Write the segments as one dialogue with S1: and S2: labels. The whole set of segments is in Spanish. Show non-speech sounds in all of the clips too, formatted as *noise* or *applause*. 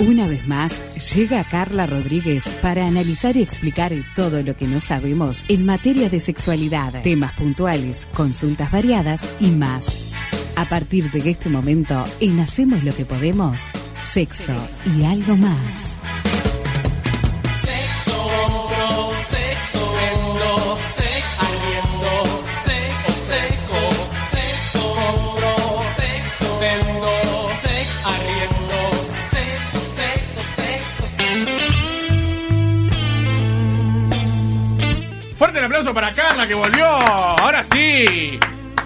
S1: Una vez más, llega Carla Rodríguez para analizar y explicar todo lo que no sabemos en materia de sexualidad, temas puntuales, consultas variadas y más. A partir de este momento, en Hacemos lo que podemos, sexo y algo más.
S2: Fuerte el aplauso para Carla que volvió. Ahora sí.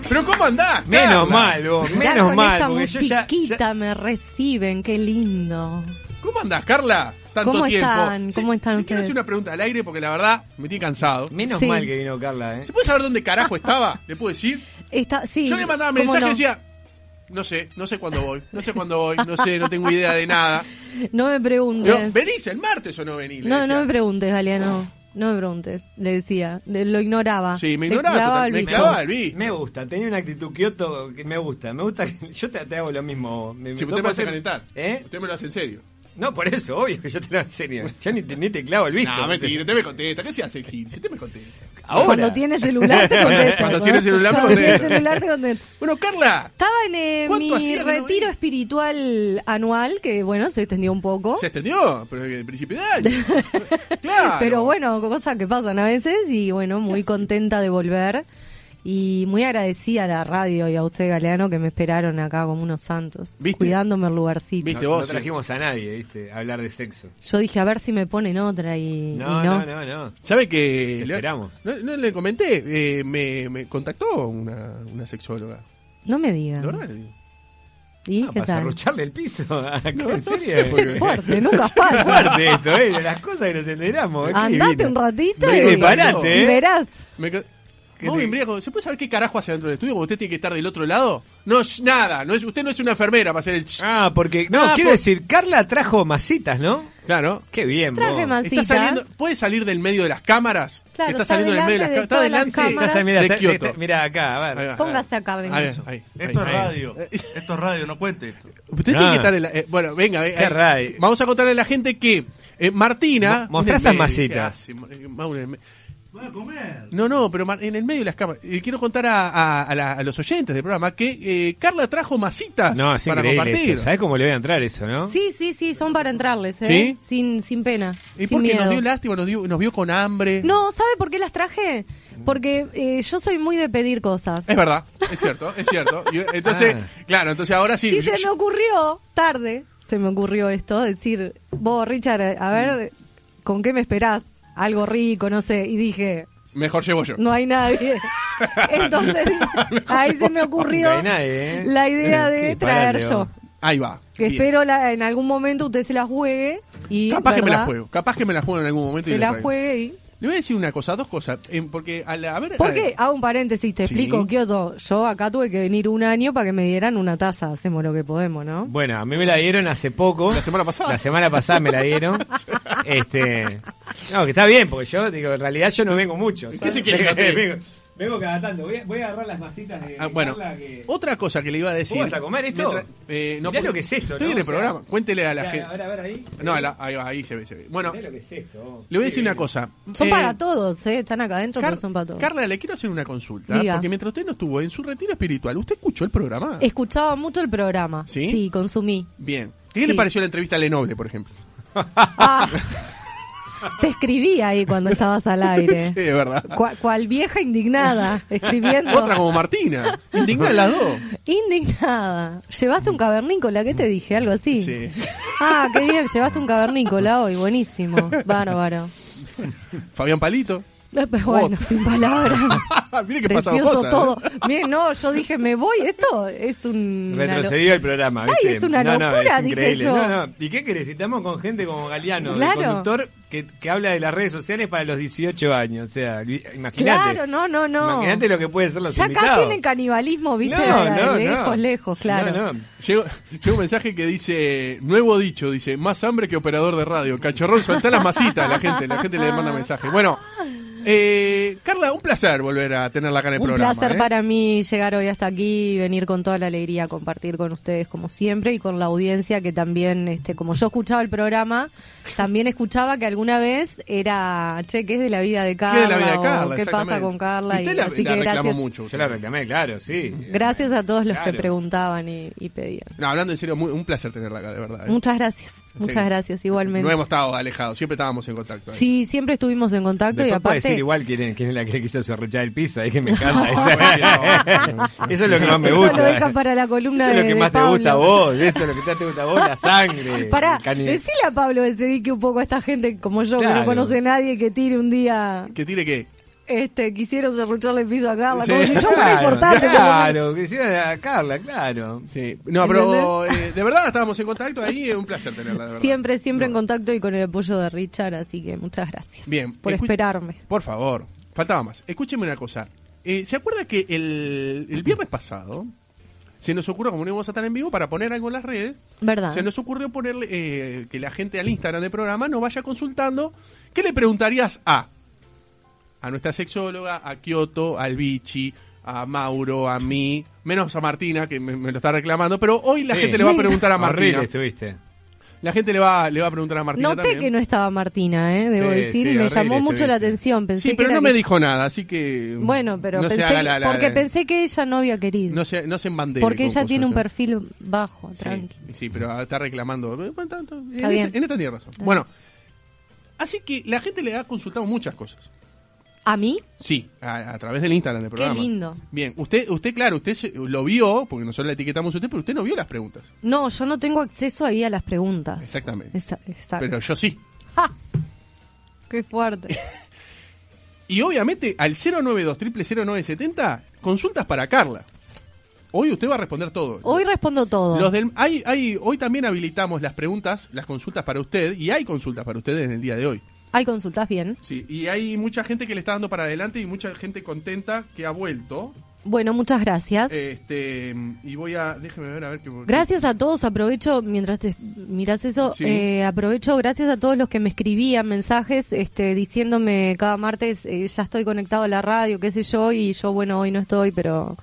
S2: Pero ¿cómo andás? Carla?
S3: Menos mal, vos,
S4: Ya
S3: menos
S4: con
S3: mal,
S4: esta
S3: porque yo ya,
S4: musiquita
S3: ya-
S4: me reciben, qué lindo.
S2: ¿Cómo andás, Carla? Tanto
S4: ¿Cómo
S2: tiempo.
S4: están? ¿Cómo están
S2: te quiero
S4: ustedes?
S2: hacer una pregunta al aire porque la verdad me tiene cansado.
S3: menos
S4: Sí.
S3: mal que vino Carla, ¿eh?
S2: ¿Se puede saber dónde
S4: *laughs*
S2: carajo estaba? ¿Le puedo decir?
S4: Está, sí,
S2: Yo le mandaba
S4: cómo
S2: mensajes
S4: no.
S2: y decía, no sé, no sé cuándo voy, no sé cuándo voy, no sé, no tengo idea de
S4: *laughs*
S2: nada.
S4: No me
S2: Yo,
S4: preguntes.
S2: ¿Venís el martes o no venís? Le
S4: no,
S2: decía.
S4: no me preguntes, Galeano. No me preguntes, le decía. Le- Lo ignoraba.
S2: Sí, me
S4: Le
S2: ignoraba
S4: clavaba
S2: total-
S4: el
S2: me
S4: bico.
S2: clavaba el bicho.
S3: Me gusta, tenía una actitud Kioto que me gusta, me gusta. que- Yo te, te hago lo mismo. Me,
S2: Si
S3: me-
S2: usted me
S3: no,
S2: lo hace
S3: por-
S2: calentar.
S3: ¿Eh?
S2: Usted me lo hace en serio.
S3: No, por eso, obvio que yo te lo hago en serio. Yo ni te, ni te clavo el visto.
S2: No, mentira, usted me contesta. ¿Qué se hace, Gil? Si usted me contesta.
S3: Ahora.
S4: Cuando tiene
S2: *laughs*
S4: celular te contesta.
S2: Cuando tiene celular,
S4: Cuando tiene
S2: contesta.
S4: celular te contesta.
S2: Bueno, Carla,
S4: Estaba en eh,
S2: ¿Cuánto
S4: mi
S2: hacía que no
S4: retiro
S2: venía?
S4: espiritual anual, que bueno, se extendió un poco.
S2: se extendió, pero en principio de año.
S4: *laughs*
S2: claro.
S4: Pero bueno, cosas que pasan a veces y bueno, muy contenta de volver y muy agradecida a la radio y a usted, Galeano, que me esperaron acá como unos santos,
S2: ¿Viste?
S4: cuidándome el lugarcito.
S2: ¿Viste?
S3: no,
S2: vos,
S3: no
S2: sí.
S3: trajimos a nadie, ¿viste? A hablar de sexo.
S4: Yo dije, a ver si me ponen otra y y
S3: No,
S4: no.
S3: no, no, no.
S2: ¿Sabe que
S3: Te
S2: le-
S3: esperamos.
S2: No, no le comenté, eh, me, me contactó una, una sexóloga.
S4: No me digan.
S2: ¿De verdad? le digo.
S4: ¿Y
S3: Ah,
S4: qué
S3: para
S4: tal?
S3: cerrucharle el piso. *laughs* Acá,
S2: No,
S3: ¿En
S2: no sé
S3: serio?
S2: por
S4: Qué *laughs*
S2: *laughs*
S4: fuerte, nunca
S3: Qué
S4: pasa.
S3: fuerte esto, ¿eh? De las cosas que nos enteramos. ¿eh? qué
S4: Andate
S3: divino.
S4: un ratito
S3: Qué
S4: y,
S3: disparate,
S4: y
S3: ¿eh?
S4: verás.
S2: Me co-
S3: ¿Qué
S2: Mauro
S3: te-
S2: Imbriaco, ¿se puede saber qué carajo hace dentro del estudio? ¿Usted tiene que estar del otro lado? No, sh- nada. No es, usted no es una enfermera para hacer el... sh-
S3: Ah, porque. No,
S2: Ah,
S3: quiero
S2: por-
S3: decir, Carla trajo masitas, ¿no?
S2: Claro.
S3: Qué bien,
S4: Traje
S3: vos.
S4: masitas.
S2: Está saliendo, ¿Puede salir del medio de las cámaras?
S4: Claro,
S2: está
S4: está
S2: saliendo del medio de las
S4: delante
S2: cámaras.
S4: de
S2: Está
S4: todas las
S2: delante
S4: cámaras.
S3: Estás ahí, mira,
S2: de
S3: está-
S2: Kioto.
S3: está- mira acá, a
S2: Ahí
S3: ver.
S2: va,
S4: Póngase acá,
S2: ahí va,
S4: Benguicho.
S2: ahí, ahí,
S5: Esto es
S2: ahí. Eh,
S5: radio. Esto es radio, no cuente esto.
S2: Usted
S3: Ah.
S2: tiene que estar en la- eh, bueno, venga, venga.
S3: Qué
S2: eh,
S3: radio.
S2: Vamos a contarle a la gente que eh, Martina.
S3: Mo-
S2: En
S3: mostrá
S2: el
S3: esas
S2: medio,
S3: masitas.
S2: ¿qué hace? Eh, Mauro, en el me-
S5: Voy a comer.
S2: No, no, pero Mar- en el medio de las cámaras. Eh, quiero contar a, a- a la- a los oyentes del programa que eh, Carla trajo masitas
S3: No, es
S2: para
S3: increíble.
S2: compartir.
S3: ¿Sabes cómo le voy a entrar eso, no?
S4: Sí, sí, sí, son para entrarles, ¿eh?
S2: ¿Sí?
S4: Sin, sin pena.
S2: Y
S4: sin
S2: porque nos
S4: miedo.
S2: dio lástima, nos, dio- nos vio con hambre.
S4: No, ¿sabe por qué las traje? Porque eh, yo soy muy de pedir cosas.
S2: Es verdad, es cierto, es cierto. Y, eh, entonces,
S3: Ah.
S2: claro, entonces ahora sí.
S4: Y
S2: yo-
S4: se me
S2: yo-
S4: ocurrió, tarde, se me ocurrió esto, decir, vos, Richard, a ver, ¿con qué me esperás? Algo rico, no sé. Y dije,
S2: Mejor llevo yo.
S4: no
S2: *laughs*
S4: hay nadie. Entonces, ahí se me ocurrió
S3: No hay nadie, ¿eh?
S4: la
S3: *laughs*
S4: idea
S3: Sí,
S4: de traer
S3: parate,
S4: yo.
S3: vos.
S2: Ahí va.
S4: Que
S2: Bien.
S4: espero la- en algún momento usted se la juegue y...
S2: Capaz que me la
S4: ¿verdad?
S2: juego, capaz que me la juego en algún momento. y
S4: Se
S2: la
S4: la
S2: traigo.
S4: juegue y...
S2: Le voy a decir una cosa, dos cosas. em, porque al haber.
S4: ¿Por qué? Hago un paréntesis, te
S2: Sí.
S4: explico, Kioto. Yo acá tuve que venir un año para que me dieran una taza. Hacemos lo que podemos, ¿no?
S3: Bueno, a mí me la dieron hace poco.
S2: La semana pasada.
S3: La semana pasada me la dieron. *laughs* este, no, que está bien, porque yo digo, en realidad yo no vengo mucho. ¿sabes?
S2: se quiere que
S3: vengo, vengo cada tanto. Voy a, voy a agarrar las masitas de,
S2: Ah,
S3: de
S2: bueno,
S3: Carla que-
S2: otra cosa que le iba a decir.
S3: ¿Vos vas a comer esto?
S2: Mientras- Eh, no,
S3: Mirá
S2: porque
S3: lo que es esto,
S2: Estoy
S3: ¿no?
S2: en el
S3: O sea,
S2: programa. Cuéntele a la
S3: Mirá,
S2: gente.
S3: a ver, a ver, ahí.
S2: no, a la- ahí, va, ahí se ve, se ve. Bueno,
S3: Mirá lo
S2: le
S3: que es esto. vos.
S2: voy a decir
S3: Qué
S2: una
S3: bien.
S2: cosa.
S4: Son
S2: Eh,
S4: para todos, ¿eh? Están acá adentro,
S2: Car-
S4: pero son para todos.
S2: Carla, le quiero hacer una consulta.
S4: Diga.
S2: Porque mientras usted no estuvo en su retiro espiritual, ¿usted escuchó el programa?
S4: Escuchaba mucho el programa.
S2: ¿Sí?
S3: *laughs*
S4: consumí.
S2: Bien. ¿Qué
S4: Sí.
S2: le pareció la entrevista a Lenoble, por ejemplo?
S4: Ah, te escribí ahí cuando estabas al aire.
S2: *laughs* sí,
S3: *laughs*
S2: de verdad.
S4: Cua- cual vieja indignada, escribiendo.
S2: Otra como
S4: *laughs*
S2: Martina. Indignada las dos.
S4: Indignada. ¿Llevaste un cavernícola? ¿Qué te dije? Algo así.
S2: Sí.
S4: Ah, qué bien, llevaste un cavernícola hoy. Buenísimo. Bárbaro.
S2: Fabián Palito. *laughs*
S4: Eh,
S3: Oh.
S4: pues Bueno, sin
S3: *laughs*
S4: palabras.
S2: Mire que pasaba
S4: Precioso
S2: cosas. ¿eh?
S4: todo. Bien, no, yo dije, me voy. Esto es un. una lo-
S3: Retrocedido el programa.
S4: Ay,
S3: ¿viste?
S4: es una
S3: no, no,
S4: locura,
S3: es
S4: dije
S3: increíble.
S4: yo.
S3: No, no. ¿Y qué querés? Estamos con gente como Galeano,
S4: Claro.
S3: el conductor que, que habla de las redes sociales para los 18 años. O sea, li- imagínate.
S4: Claro, no, no, no.
S3: Imagínate lo que puede ser los
S4: Ya acá
S3: invitados.
S4: tienen canibalismo, viste,
S3: No,
S4: de-
S3: no,
S4: lejos,
S3: no.
S4: lejos, claro.
S3: No, no.
S2: Llegó, llegó un mensaje que dice, nuevo dicho, dice, más hambre que operador de radio. Cachorrón, soltá las masitas, la gente, la gente le manda mensaje. Bueno, Eh, Carla, un placer volver a tenerla acá en el
S4: Un
S2: programa.
S4: placer
S2: ¿eh?
S4: para mí llegar hoy hasta aquí y venir con toda la alegría a compartir con ustedes como siempre y con la audiencia que también, este, como yo escuchaba el programa, también escuchaba que alguna vez era, che, ¿qué es de la vida de Carla?
S2: ¿Qué es la vida de
S4: o
S2: Carla?
S4: ¿Qué pasa
S2: Exactamente.
S4: con Carla?
S2: Y usted la,
S4: así
S2: la
S4: que
S2: reclamó
S4: gracias,
S2: mucho.
S3: Yo la reclamé, claro, sí.
S4: gracias a todos los
S3: Claro.
S4: que preguntaban y, y pedían.
S2: No, hablando en serio, muy- un placer tenerla acá, de verdad. ¿eh?
S4: Muchas gracias, muchas
S2: Sí.
S4: gracias igualmente.
S2: No hemos estado alejados, siempre estábamos en contacto. ahí.
S4: Sí, siempre estuvimos en contacto
S3: Después
S4: y
S3: puedo
S4: aparte...
S3: decir igual quién es, quién es la que quiso cerruchar el piso, es que me
S4: *laughs*
S3: encanta. Eso, Eso es lo que más me
S4: Eso
S3: gusta.
S4: lo dejan para la columna
S3: Eso es
S4: de-
S3: lo que
S4: de
S3: más te gusta a
S4: Pablo.
S3: vos, eso es lo que más te gusta a vos, la sangre.
S4: Pará,
S3: el cani-
S4: decile a Pablo que se dedique un poco a esta gente como yo, que
S3: Claro.
S4: no conoce nadie, que tire un día,
S2: ¿Que tire qué?
S4: este, quisieron cerrucharle el piso a Carla,
S3: Sí,
S4: como si yo fuera
S3: claro,
S4: importante. como-
S3: Claro, que hiciera a Carla, claro.
S2: Sí. No, pero eh, de verdad estábamos en contacto ahí, eh, un placer tenerla. De verdad.
S4: Siempre, siempre en contacto y con el apoyo de Richard, así que muchas gracias
S2: Bien,
S4: por
S2: escu-
S4: esperarme.
S2: Por favor, faltaba más. Escúcheme una cosa. Eh, ¿Se acuerda que el, el viernes pasado se nos ocurrió, como no íbamos a estar en vivo, para poner algo en las redes,
S4: ¿Verdad?
S2: se nos ocurrió ponerle eh, que la gente al Instagram del programa nos vaya consultando qué le preguntarías a a nuestra sexóloga, a Kioto, al Bichi, a Mauro, a mí, menos a Martina, que me, me lo está reclamando, pero hoy la
S3: Sí. este.
S2: gente le va a preguntar a
S3: Horrible
S2: Martina.
S3: estuviste.
S2: La gente le va, le va a preguntar a Martina
S4: Noté
S2: también.
S4: que no estaba Martina, ¿eh? debo
S3: Sí,
S4: decir,
S3: sí,
S4: me
S3: horrible
S4: llamó mucho la
S3: estuviste.
S4: atención. Pensé
S2: este sí,
S4: que
S2: pero
S4: era
S2: no me
S4: que-
S2: dijo nada, así que...
S4: Bueno, pero
S2: no se
S4: pensé,
S2: haga la- la-
S4: porque
S2: la-
S4: pensé que ella no había querido.
S2: No se, no se embandere con
S4: porque ella tiene
S2: cosas,
S4: un
S2: ¿eh?
S4: perfil bajo, tranqui.
S2: Sí, sí, pero está reclamando. eh, bueno, tanto, En,
S4: Está bien.
S2: ese- en esta tiene razón.
S4: Está
S2: Bueno, así que la gente le ha consultado muchas cosas.
S4: ¿A mí?
S2: Sí, a, a través del Instagram del programa.
S4: lindo.
S2: Bien, usted, usted claro, usted se- lo vio, porque nosotros la etiquetamos a usted, pero usted no vio las preguntas.
S4: No, yo no tengo acceso ahí a las preguntas.
S2: Exactamente.
S4: Esa- exacto.
S2: Pero yo sí.
S4: ¡Ja! ¡Qué fuerte!
S2: Y obviamente al 092 0970 consultas para Carla. Hoy usted va a responder todo.
S4: Hoy respondo todo.
S2: Los del, hay, hay, hoy también habilitamos las preguntas, las consultas para usted, y hay consultas para ustedes en el día de hoy.
S4: Hay consultas bien.
S2: Sí, y hay mucha gente que le está dando para adelante y mucha gente contenta que ha vuelto.
S4: Bueno, muchas gracias.
S2: Este, y voy a. Déjeme ver a ver qué.
S4: Gracias a todos, aprovecho, mientras te mirás eso,
S2: Sí.
S4: eh, aprovecho, gracias a todos los que me escribían mensajes este, diciéndome cada martes, eh, ya estoy conectado a la radio, qué sé yo, y yo, bueno, hoy no estoy, pero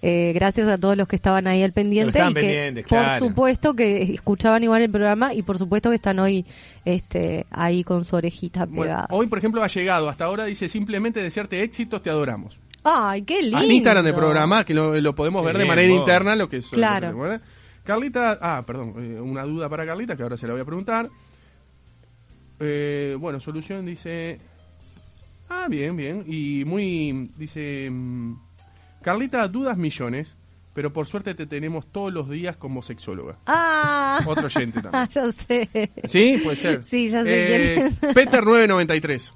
S4: eh, gracias a todos los que estaban ahí al pendiente
S3: estaban
S4: y que,
S3: pendientes,
S4: por
S3: claro.
S4: supuesto, que escuchaban igual el programa y por supuesto que están hoy este, ahí con su orejita
S2: Bueno,
S4: pegada.
S2: hoy, por ejemplo, ha llegado. Hasta ahora dice simplemente desearte éxitos, te adoramos.
S4: ¡Ay, qué lindo!
S2: Al Instagram de programa, que lo, lo podemos
S3: Qué
S2: ver de
S3: bien,
S2: manera
S3: vos.
S2: interna, lo que es.
S4: Claro.
S2: lo que tenemos, ¿eh? Carlita, ah, perdón, eh, una duda para Carlita que ahora se la voy a preguntar. Eh, bueno, solución dice. Ah, bien, bien. Y muy. Dice. mm, Carlita, dudas millones, pero por suerte te tenemos todos los días como sexóloga.
S4: Ah,
S2: Otro oyente también.
S4: *laughs* ya sé.
S2: ¿Sí? Puede ser.
S4: *laughs* Sí, ya sé
S2: Eh, *laughs* Peter 993.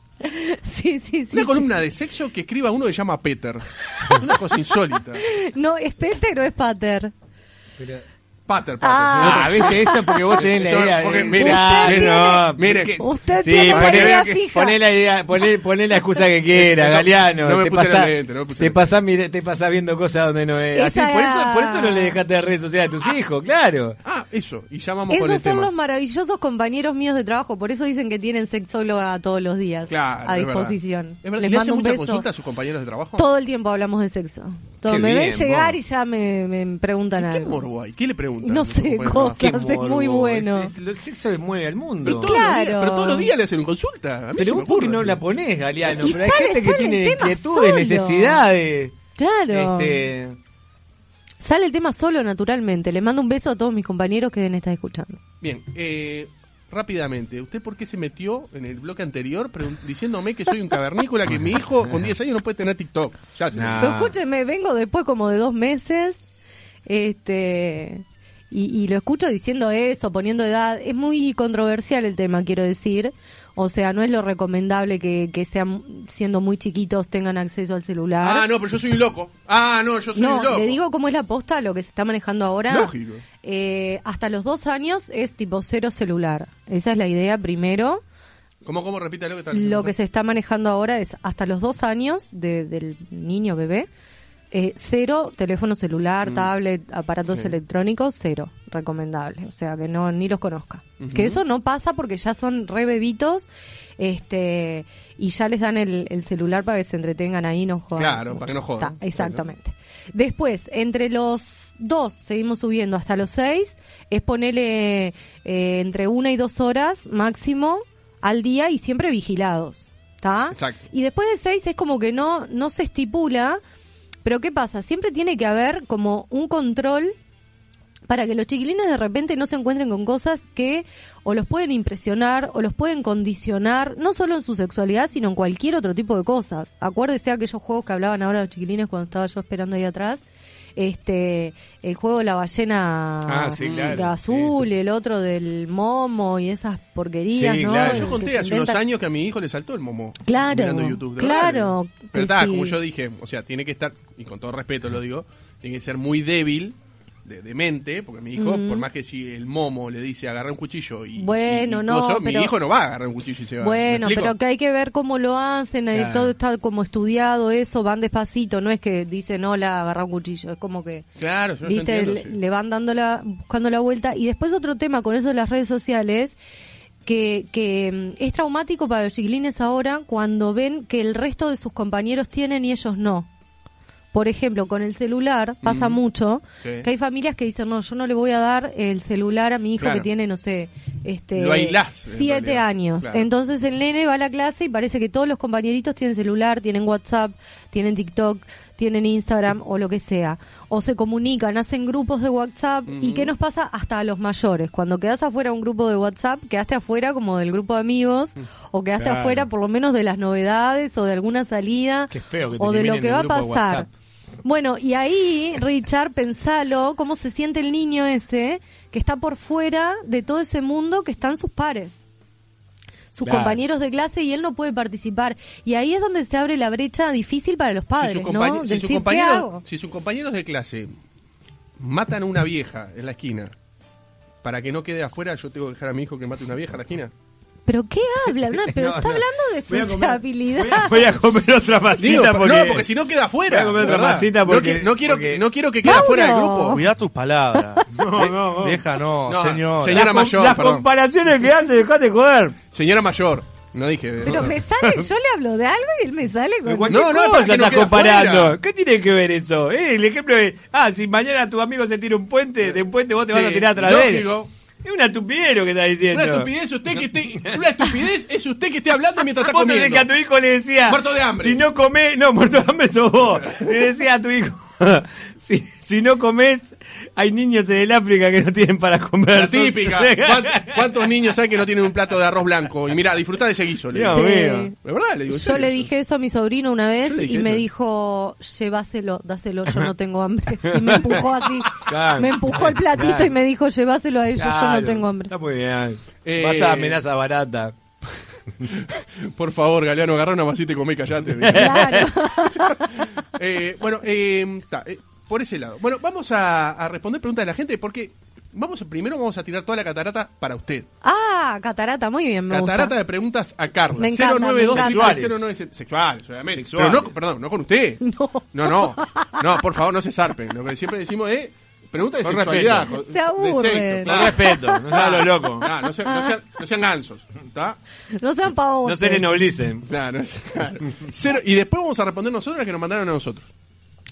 S4: Sí, sí, sí.
S2: Una columna de sexo que escriba uno que se llama Peter. *laughs* Una cosa insólita.
S4: No, es Peter o es Pater.
S2: Pater, Pater.
S4: Ah.
S3: Ah, viste eso porque vos tenés la
S2: Porque-
S3: idea.
S2: porque
S3: eh,
S2: mira,
S3: que
S4: usted
S3: no,
S2: tiene-
S3: porque-
S2: mire,
S4: usted tiene una
S3: poné-
S4: idea
S3: que-
S4: fija.
S3: Poné la idea, poné, poné la excusa que quiera,
S2: No,
S3: Galeano.
S2: no me
S3: te
S2: puse
S3: pasás,
S2: el lente, no me puse
S3: te
S2: el
S3: pasás mire- te pasás viendo cosas donde no es. Así,
S4: Esa
S3: por eso,
S4: era-
S3: por eso no le dejaste de redes sociales a tus hijos, claro.
S2: Ah, eso. Y ya vamos con el
S4: Esos son
S2: tema.
S4: los maravillosos compañeros míos de trabajo, por eso dicen que tienen sexóloga todos los días
S2: Claro,
S4: a
S2: es verdad.
S4: disposición.
S2: Es verdad.
S4: Les
S2: ¿Le hacen
S4: mando un
S2: mucha
S4: beso.
S2: consulta a sus compañeros de trabajo?
S4: Todo el tiempo hablamos de sexo. Todo-
S3: Qué
S4: me ven
S3: bien,
S4: llegar
S3: vos.
S4: y ya me, me preguntan
S2: ¿Y ¿Qué
S4: algo.
S2: morbo hay? ¿Qué le preguntan?
S4: No
S2: a sus compañeros de
S4: sé, cosas.
S2: trabajo?
S3: Qué
S4: Hace muy
S3: morbo,
S4: bueno.
S3: es- es- el sexo mueve al
S2: Pero
S3: mundo.
S2: todos, los días,
S4: Claro.
S2: pero todos los días le hacen consulta. A mí se
S3: Pero
S2: me
S3: vos por qué
S2: ocurre.
S3: no la ponés, Galeano.
S4: Y
S3: Pero hay
S4: sale-
S3: gente que
S4: sale el
S3: tiene
S4: tema
S3: inquietudes,
S4: solo.
S3: necesidades.
S4: Claro.
S3: Este,
S4: Sale el tema solo, naturalmente. Les mando un beso a todos mis compañeros que deben estar escuchando.
S2: Bien, eh, rápidamente. ¿Usted por qué se metió en el bloque anterior pregun- diciéndome que soy un cavernícola, que mi hijo con 10 años no puede tener TikTok? Ya se
S3: Nah.
S4: Pero
S3: Ah.
S4: escúcheme, vengo después como de dos meses, este, y, y lo escucho diciendo eso, poniendo edad. Es muy controversial el tema, quiero decir. O sea, no es lo recomendable que, que sean, siendo muy chiquitos, tengan acceso al celular.
S2: Ah, no, pero yo soy un loco. Ah, no, yo soy
S4: No,
S2: un loco.
S4: le digo cómo es la posta, lo que se está manejando ahora.
S2: Lógico.
S4: Eh, hasta los dos años es tipo cero celular. Esa es la idea primero.
S2: ¿Cómo, cómo? Repita lo que está
S4: Lo que se está manejando ahora es hasta los dos años de- del niño bebé eh, cero teléfono celular,
S2: Mm.
S4: tablet, aparatos
S2: Sí.
S4: electrónicos, cero recomendable. O sea, que no ni los conozca.
S2: Ujú.
S4: Que eso no pasa porque ya son re bebitos este, y ya les dan el, el celular para que se entretengan ahí y no jodan.
S2: Claro, para
S4: mucho.
S2: que no jodan.
S4: Está, exactamente. Después, entre los dos, seguimos subiendo hasta los seis, es ponerle eh, entre una y dos horas máximo al día y siempre vigilados. ¿Está?
S2: Exacto.
S4: Y después de seis es como que no, no se estipula, pero ¿qué pasa? Siempre tiene que haber como un control para que los chiquilines de repente no se encuentren con cosas que o los pueden impresionar o los pueden condicionar, no solo en su sexualidad, sino en cualquier otro tipo de cosas. Acuérdese aquellos juegos que hablaban ahora los chiquilines cuando estaba yo esperando ahí atrás. Este, el juego de la ballena
S3: Ah, sí, claro,
S4: de azul,
S3: sí.
S4: el otro del momo y esas porquerías,
S3: Sí,
S4: ¿no?
S3: claro.
S4: Que
S2: Yo
S4: se
S2: conté hace unos
S4: inventan.
S2: años que a mi hijo le saltó el momo.
S4: Claro,
S2: Mirando YouTube. de
S4: claro
S2: verdad.
S4: que
S2: Pero está,
S4: sí.
S2: como yo dije, o sea, tiene que estar, y con todo respeto lo digo, tiene que ser muy débil de, de mente, porque mi hijo, por más que si el momo le dice agarra un cuchillo y.
S4: Bueno,
S2: y- y
S4: no,
S2: coso,
S4: pero-
S2: mi hijo no va a agarrar un cuchillo y se va. ¿me
S4: Bueno,
S2: explico?
S4: pero que hay que ver cómo lo hacen, eh,
S3: Claro.
S4: todo está como estudiado, eso, van despacito, no es que dicen hola, agarra un cuchillo, es como que,
S2: Claro, yo, yo
S4: viste,
S2: entiendo.
S4: le,
S2: sí.
S4: le van dando la, buscando la vuelta. Y después otro tema con eso de las redes sociales, que, que mm, es traumático para los chiquilines ahora cuando ven que el resto de sus compañeros tienen y ellos no. Por ejemplo, con el celular pasa
S2: Mm.
S4: mucho
S2: Sí.
S4: que hay familias que dicen, no, yo no le voy a dar el celular a mi hijo
S2: Claro.
S4: que tiene, no sé, este,
S2: Lo aislás, en
S4: siete
S2: realidad.
S4: años.
S2: Claro.
S4: Entonces el nene va a la clase y parece que todos los compañeritos tienen celular, tienen WhatsApp, tienen TikTok, tienen Instagram o lo que sea. O se comunican, hacen grupos de WhatsApp. ¿Y
S2: Ujú.
S4: qué nos pasa hasta a los mayores? Cuando quedas afuera de un grupo de WhatsApp, quedaste afuera como del grupo de amigos
S3: Mm.
S4: o quedaste
S3: Claro.
S4: afuera por lo menos de las novedades o de alguna salida
S3: Qué feo que te
S4: o de lo
S3: eliminen
S4: que
S3: el
S4: va a
S3: grupo de
S4: pasar.
S3: WhatsApp.
S4: Bueno, y ahí, Richard, pensalo, cómo se siente el niño ese que está por fuera de todo ese mundo que están sus pares, sus
S3: Claro.
S4: compañeros de clase y él no puede participar. Y ahí es donde se abre la brecha difícil para los padres,
S2: si sus compañe- si
S4: ¿no? Decir,
S2: sus
S4: ¿qué
S2: compañeros,
S4: hago?
S2: si sus compañeros de clase matan a una vieja en la esquina, para que no quede afuera, yo tengo que dejar a mi hijo que mate una vieja en la esquina.
S4: ¿pero qué habla?
S3: *laughs*
S4: No, pero
S3: No,
S4: está
S3: no.
S4: hablando
S3: Voy
S4: de
S3: a comer-
S4: sociabilidad.
S3: Voy a- Voy a comer otra
S2: Digo,
S3: masita porque...
S2: No, porque si no queda afuera.
S3: Voy a comer otra
S2: ¿verdad?
S3: masita porque-
S2: no, qui- no quiero,
S3: porque-
S2: no quiero que quede
S4: ¡Mauro!
S2: afuera del grupo.
S5: Cuidá tus palabras.
S3: *laughs* No, no, no.
S5: Vieja, no,
S2: No,
S5: señor.
S2: señora
S3: Las com-
S2: mayor,
S3: Las
S2: perdón.
S3: comparaciones que hace, dejate joder.
S2: Señora mayor, no dije.
S4: Pero me sale, yo le hablo de algo y él me sale
S3: Pero
S4: con...
S3: cualquier
S2: No, no,
S3: cosa
S2: para que no
S3: estás
S2: quede
S3: comparando.
S2: afuera.
S3: ¿Qué tiene que ver eso? Eh, El ejemplo es, ah, si mañana tu amigo se tira un puente, de un puente vos te vas a
S2: Sí,
S3: tirar atrás de él.
S2: lógico.
S3: Es una estupidez lo que estás diciendo.
S2: Una estupidez, usted que esté, una estupidez es usted que esté hablando mientras está
S3: *laughs* Vos sabés que a
S2: comiendo.
S3: tu hijo le decía,
S2: Muerto de hambre.
S3: si no comés, no, muerto de hambre sos vos. Le decía a tu hijo, *laughs* si, si no comés, hay niños en el África que no tienen para comer.
S2: La
S3: *laughs*
S2: típica. ¿Cuán- ¿Cuántos niños hay que no tienen un plato de arroz blanco? Y mira, disfrutá de ese guiso. le
S3: Dios
S2: digo.
S3: mío.
S2: De verdad, le digo. en
S4: Yo
S2: serio.
S4: le dije eso a mi sobrino una vez
S2: Yo le dije
S4: y me
S2: eso.
S4: dijo, llévaselo, dáselo, yo no tengo hambre. Y me empujó así,
S3: Claro.
S4: me empujó el platito
S3: Claro.
S4: y me dijo, llévaselo a ellos, yo
S3: Claro,
S4: no tengo hambre.
S3: Está muy bien.
S2: Eh,
S3: Basta de amenaza barata.
S2: Por favor, Galeano, agarra una masita y comé y callate.
S4: *laughs* Claro.
S2: Eh, bueno, eh, ta, eh, por ese lado. Bueno, vamos a, a responder preguntas de la gente porque vamos primero vamos a tirar toda la catarata para usted.
S4: Ah, catarata, muy bien, me
S2: catarata
S4: gusta.
S2: de preguntas a Carla.
S4: Me encanta,
S2: 092
S4: me
S2: triple
S3: encanta.
S2: 09 se- Sexuales, obviamente.
S3: Sexuales.
S2: Pero no, perdón, no con usted.
S4: *laughs*
S2: No. No, no. No, por favor, no se zarpen. Lo que siempre decimos es preguntas de
S3: Con
S2: sexualidad.
S3: respeto.
S2: con-
S4: Se
S2: de
S4: aburren.
S2: sexo,
S3: Con
S2: claro.
S3: respeto, no sean
S2: *laughs*
S3: los locos.
S2: Ah, no, sean, no, sean, no sean gansos. ¿Está?
S4: No sean pavos.
S3: No se ennoblicen.
S2: Claro, no sean- claro. Cero, y después vamos a responder nosotros las que nos mandaron a nosotros.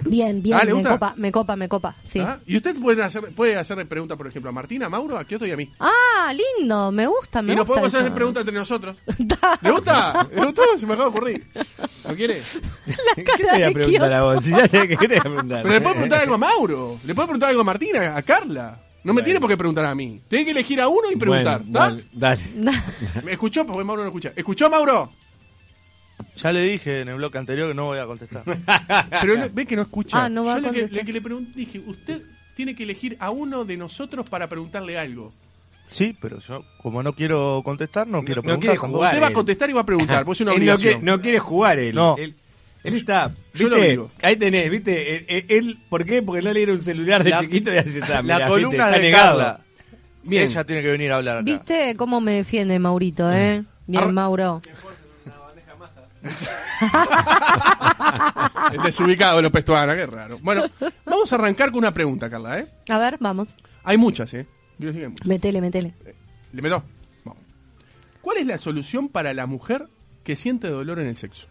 S4: Bien, bien,
S2: Ah, ¿le
S4: me
S2: gusta?
S4: copa, me copa, me copa, sí.
S2: ¿Ah? Y usted puede hacer, puede hacerle preguntas, por ejemplo, a Martina, a Mauro, a Kioto y a mí.
S4: Ah, lindo, me gusta, me
S2: Y
S4: gusta.
S2: nos podemos hacer
S4: eso.
S2: preguntas entre
S4: *laughs*
S2: nosotros. ¿Le gusta? ¿Le gustó? Se me acaba de ocurrir. ¿Lo quiere?
S3: ¿Qué te voy
S4: *laughs*
S3: a preguntar a vos? Si ya sé que- ¿Qué te voy a preguntar?
S2: Pero le puedo preguntar algo a Mauro. Le puedo preguntar algo a Martina, a Carla. No me
S3: Bueno.
S2: tiene por qué preguntar a mí. Tiene que elegir a uno y preguntar.
S3: Bueno,
S2: ¿Está?
S3: dale, dale.
S4: *laughs*
S2: ¿Me escuchó? Porque Mauro no escucha. ¿Escuchó, Mauro?
S5: Ya le dije en el bloque anterior que no voy a contestar.
S2: Pero no- ve que no escucha.
S4: Ah, no va a
S2: Yo le que,
S4: contestar.
S2: le que le pregun- dije, usted tiene que elegir a uno de nosotros para preguntarle algo.
S5: Sí, pero yo, como no quiero contestar, no,
S3: no
S5: quiero
S3: quiere
S5: preguntar tampoco.
S3: jugar.
S2: Usted va a contestar y va a preguntar, porque es
S3: *laughs*
S2: una
S3: Él no,
S2: obligación.
S3: quiere,
S2: *laughs*
S3: no quiere jugar él.
S5: No.
S3: Él, él está.
S2: Yo lo
S3: ¿viste?
S2: digo.
S3: Ahí tenés, ¿viste? Él, él- él- ¿Por qué? Porque no le dieron un celular de
S5: La-
S3: chiquito y
S2: Ah,
S3: así está.
S5: La
S3: mirá, ¿viste?
S5: columna
S3: está
S5: de
S3: negado.
S5: Carla.
S2: Bien.
S5: Ella tiene que venir a hablar acá.
S4: ¿Viste cómo me defiende Maurito, eh? Bien,
S2: Arra-
S4: Mauro.
S2: Es desubicado López Tuana, qué raro. Bueno, vamos a arrancar con una pregunta, Carla, ¿eh?
S4: A ver, vamos.
S2: Hay muchas, ¿eh? Quiero decir que hay muchas.
S4: Metele, metele.
S2: Le meto. Vamos. ¿Cuál es la solución para la mujer que siente dolor en el sexo?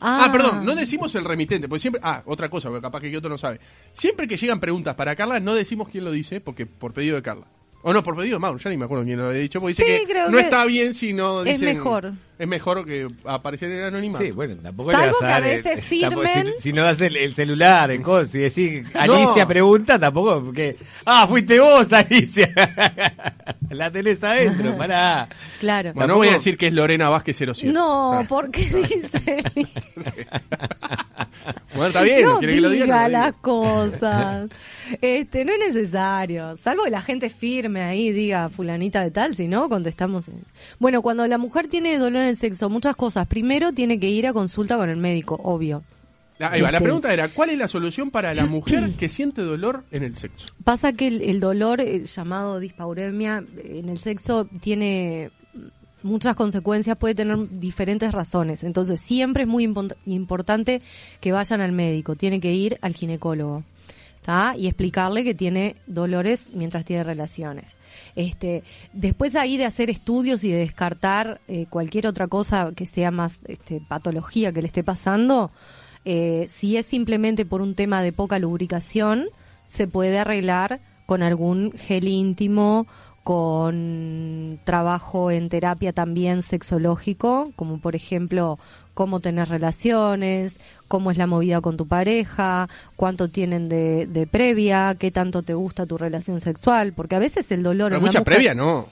S2: Ah, perdón, no decimos el remitente, porque siempre. Ah, otra cosa, porque capaz que otro no sabe. Siempre que llegan preguntas para Carla, no decimos quién lo dice, porque por pedido de Carla. O no, por pedido de Mauro, ya ni me acuerdo quién lo había dicho, porque
S4: Sí,
S2: dice que
S4: creo
S2: no
S4: que
S2: está bien si no
S4: es
S2: dicen.
S4: mejor.
S2: Es mejor que aparecer en anonimato.
S3: Sí, bueno, tampoco le
S4: Salvo
S3: vas a
S4: que
S3: dar
S4: a
S3: el-
S4: veces
S3: tampoco- si-
S4: firmen.
S3: Si, no das el, el celular, el cos, si decís
S2: No.
S3: Alicia pregunta, tampoco. Porque, ah, fuiste vos, Alicia. *laughs* La tenés adentro, pará.
S4: Claro.
S2: Bueno, no voy a decir que es Lorena Vázquez 07.
S4: No,
S2: Ah.
S4: ¿por qué *laughs* dice?
S2: Bueno, está bien,
S4: no
S2: quiere que lo diga. no lo diga.
S4: las cosas. Este, no es necesario. Salvo que la gente firme ahí diga fulanita de tal, si no, contestamos. Bueno, cuando la mujer tiene dolor en el sexo, muchas cosas. Primero tiene que ir a consulta con el médico, obvio.
S2: La, Ah, ahí va, la
S4: Este.
S2: pregunta era, ¿cuál es la solución para la
S4: *clears throat*
S2: mujer que siente dolor en el sexo?
S4: Pasa que el, el dolor eh, llamado dispauremia eh, en el sexo tiene muchas consecuencias, puede tener diferentes razones. Entonces siempre es muy impon- importante que vayan al médico, tiene que ir al ginecólogo. ¿tá? y explicarle que tiene dolores mientras tiene relaciones. Este, después ahí de hacer estudios y de descartar eh, cualquier otra cosa que sea más este, patología que le esté pasando, eh, si es simplemente por un tema de poca lubricación, se puede arreglar con algún gel íntimo, con trabajo en terapia también sexológico, como por ejemplo cómo tener relaciones, cómo es la movida con tu pareja, cuánto tienen de, de previa, qué tanto te gusta tu relación sexual, porque a veces el dolor...
S2: Pero
S4: en la
S2: mucha
S4: mujer-
S2: previa, ¿no?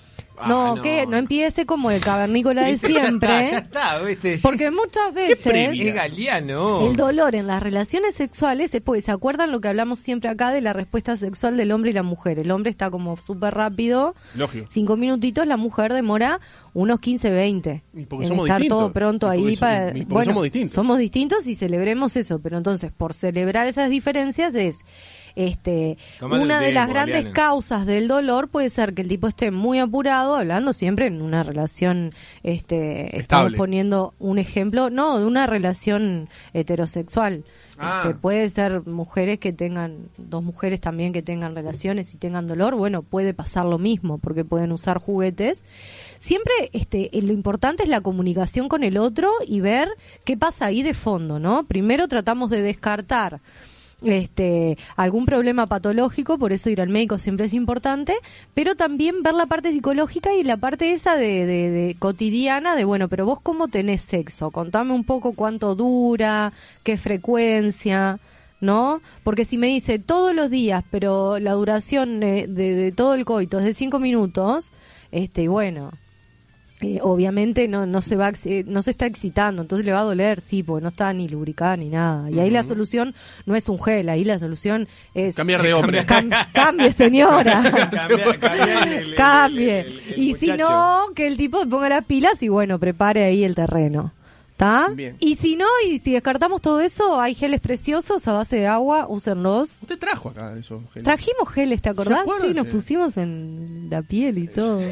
S4: No, que no empiece como el cavernícola de
S3: Ah, *laughs* Ya está, ya
S4: siempre, ¿eh?
S3: está, ¿viste? Sí,
S4: porque
S3: es,
S4: muchas veces...
S3: es galeano.
S4: El dolor en las relaciones sexuales es porque se acuerdan lo que hablamos siempre acá de la respuesta sexual del hombre y la mujer. El hombre está como súper rápido,
S2: Lógico.
S4: cinco minutitos, la mujer demora unos 15, 20.
S2: Y porque
S4: en
S2: somos
S4: estar
S2: distintos.
S4: todo pronto
S2: Y porque
S4: ahí
S2: so-
S4: para.
S2: y porque
S4: bueno,
S2: somos distintos.
S4: Somos distintos y celebremos eso. Pero entonces, por celebrar esas diferencias es. Este,
S3: Tomate
S4: una
S3: el
S4: de
S3: tiempo,
S4: las grandes
S3: Mariana.
S4: causas del dolor puede ser que el tipo esté muy apurado, hablando siempre en una relación, este, estamos
S2: Estable.
S4: poniendo un ejemplo, no, de una relación heterosexual.
S2: Ah.
S4: Este, puede ser mujeres que tengan, dos mujeres también que tengan relaciones y tengan dolor, bueno, puede pasar lo mismo, porque pueden usar juguetes. Siempre este, eh, lo importante es la comunicación con el otro y ver qué pasa ahí de fondo, ¿no? Primero tratamos de descartar este, algún problema patológico, por eso ir al médico siempre es importante, pero también ver la parte psicológica y la parte esa de, de- de cotidiana de, bueno, pero vos cómo tenés sexo, contame un poco cuánto dura, qué frecuencia, ¿no? Porque si me dice todos los días, pero la duración eh, de, de todo el coito es de cinco minutos, este, y bueno, eh, obviamente no, no se va a ex- eh, no se está excitando, entonces le va a doler, sí, porque no está ni lubricada ni nada. Y ahí la solución no es un gel, ahí la solución es
S2: Cambiar de hombre.
S4: Cam- cambie,
S3: *laughs*
S4: señora.
S3: Cambia- cambia el- el-
S4: cambie.
S3: el- el- el
S4: y si
S3: muchacho.
S4: no, que el tipo ponga las pilas y bueno, prepare ahí el terreno. ¿Está?
S2: Bien.
S4: Y si no, y si descartamos todo eso, hay geles preciosos a base de agua, úsenlos.
S2: Usted trajo acá eso. Gel.
S4: Trajimos geles, ¿te acordás?
S2: acuerdan?
S4: Sí, nos
S2: Sí.
S4: pusimos en la piel
S3: *laughs*
S4: y todo.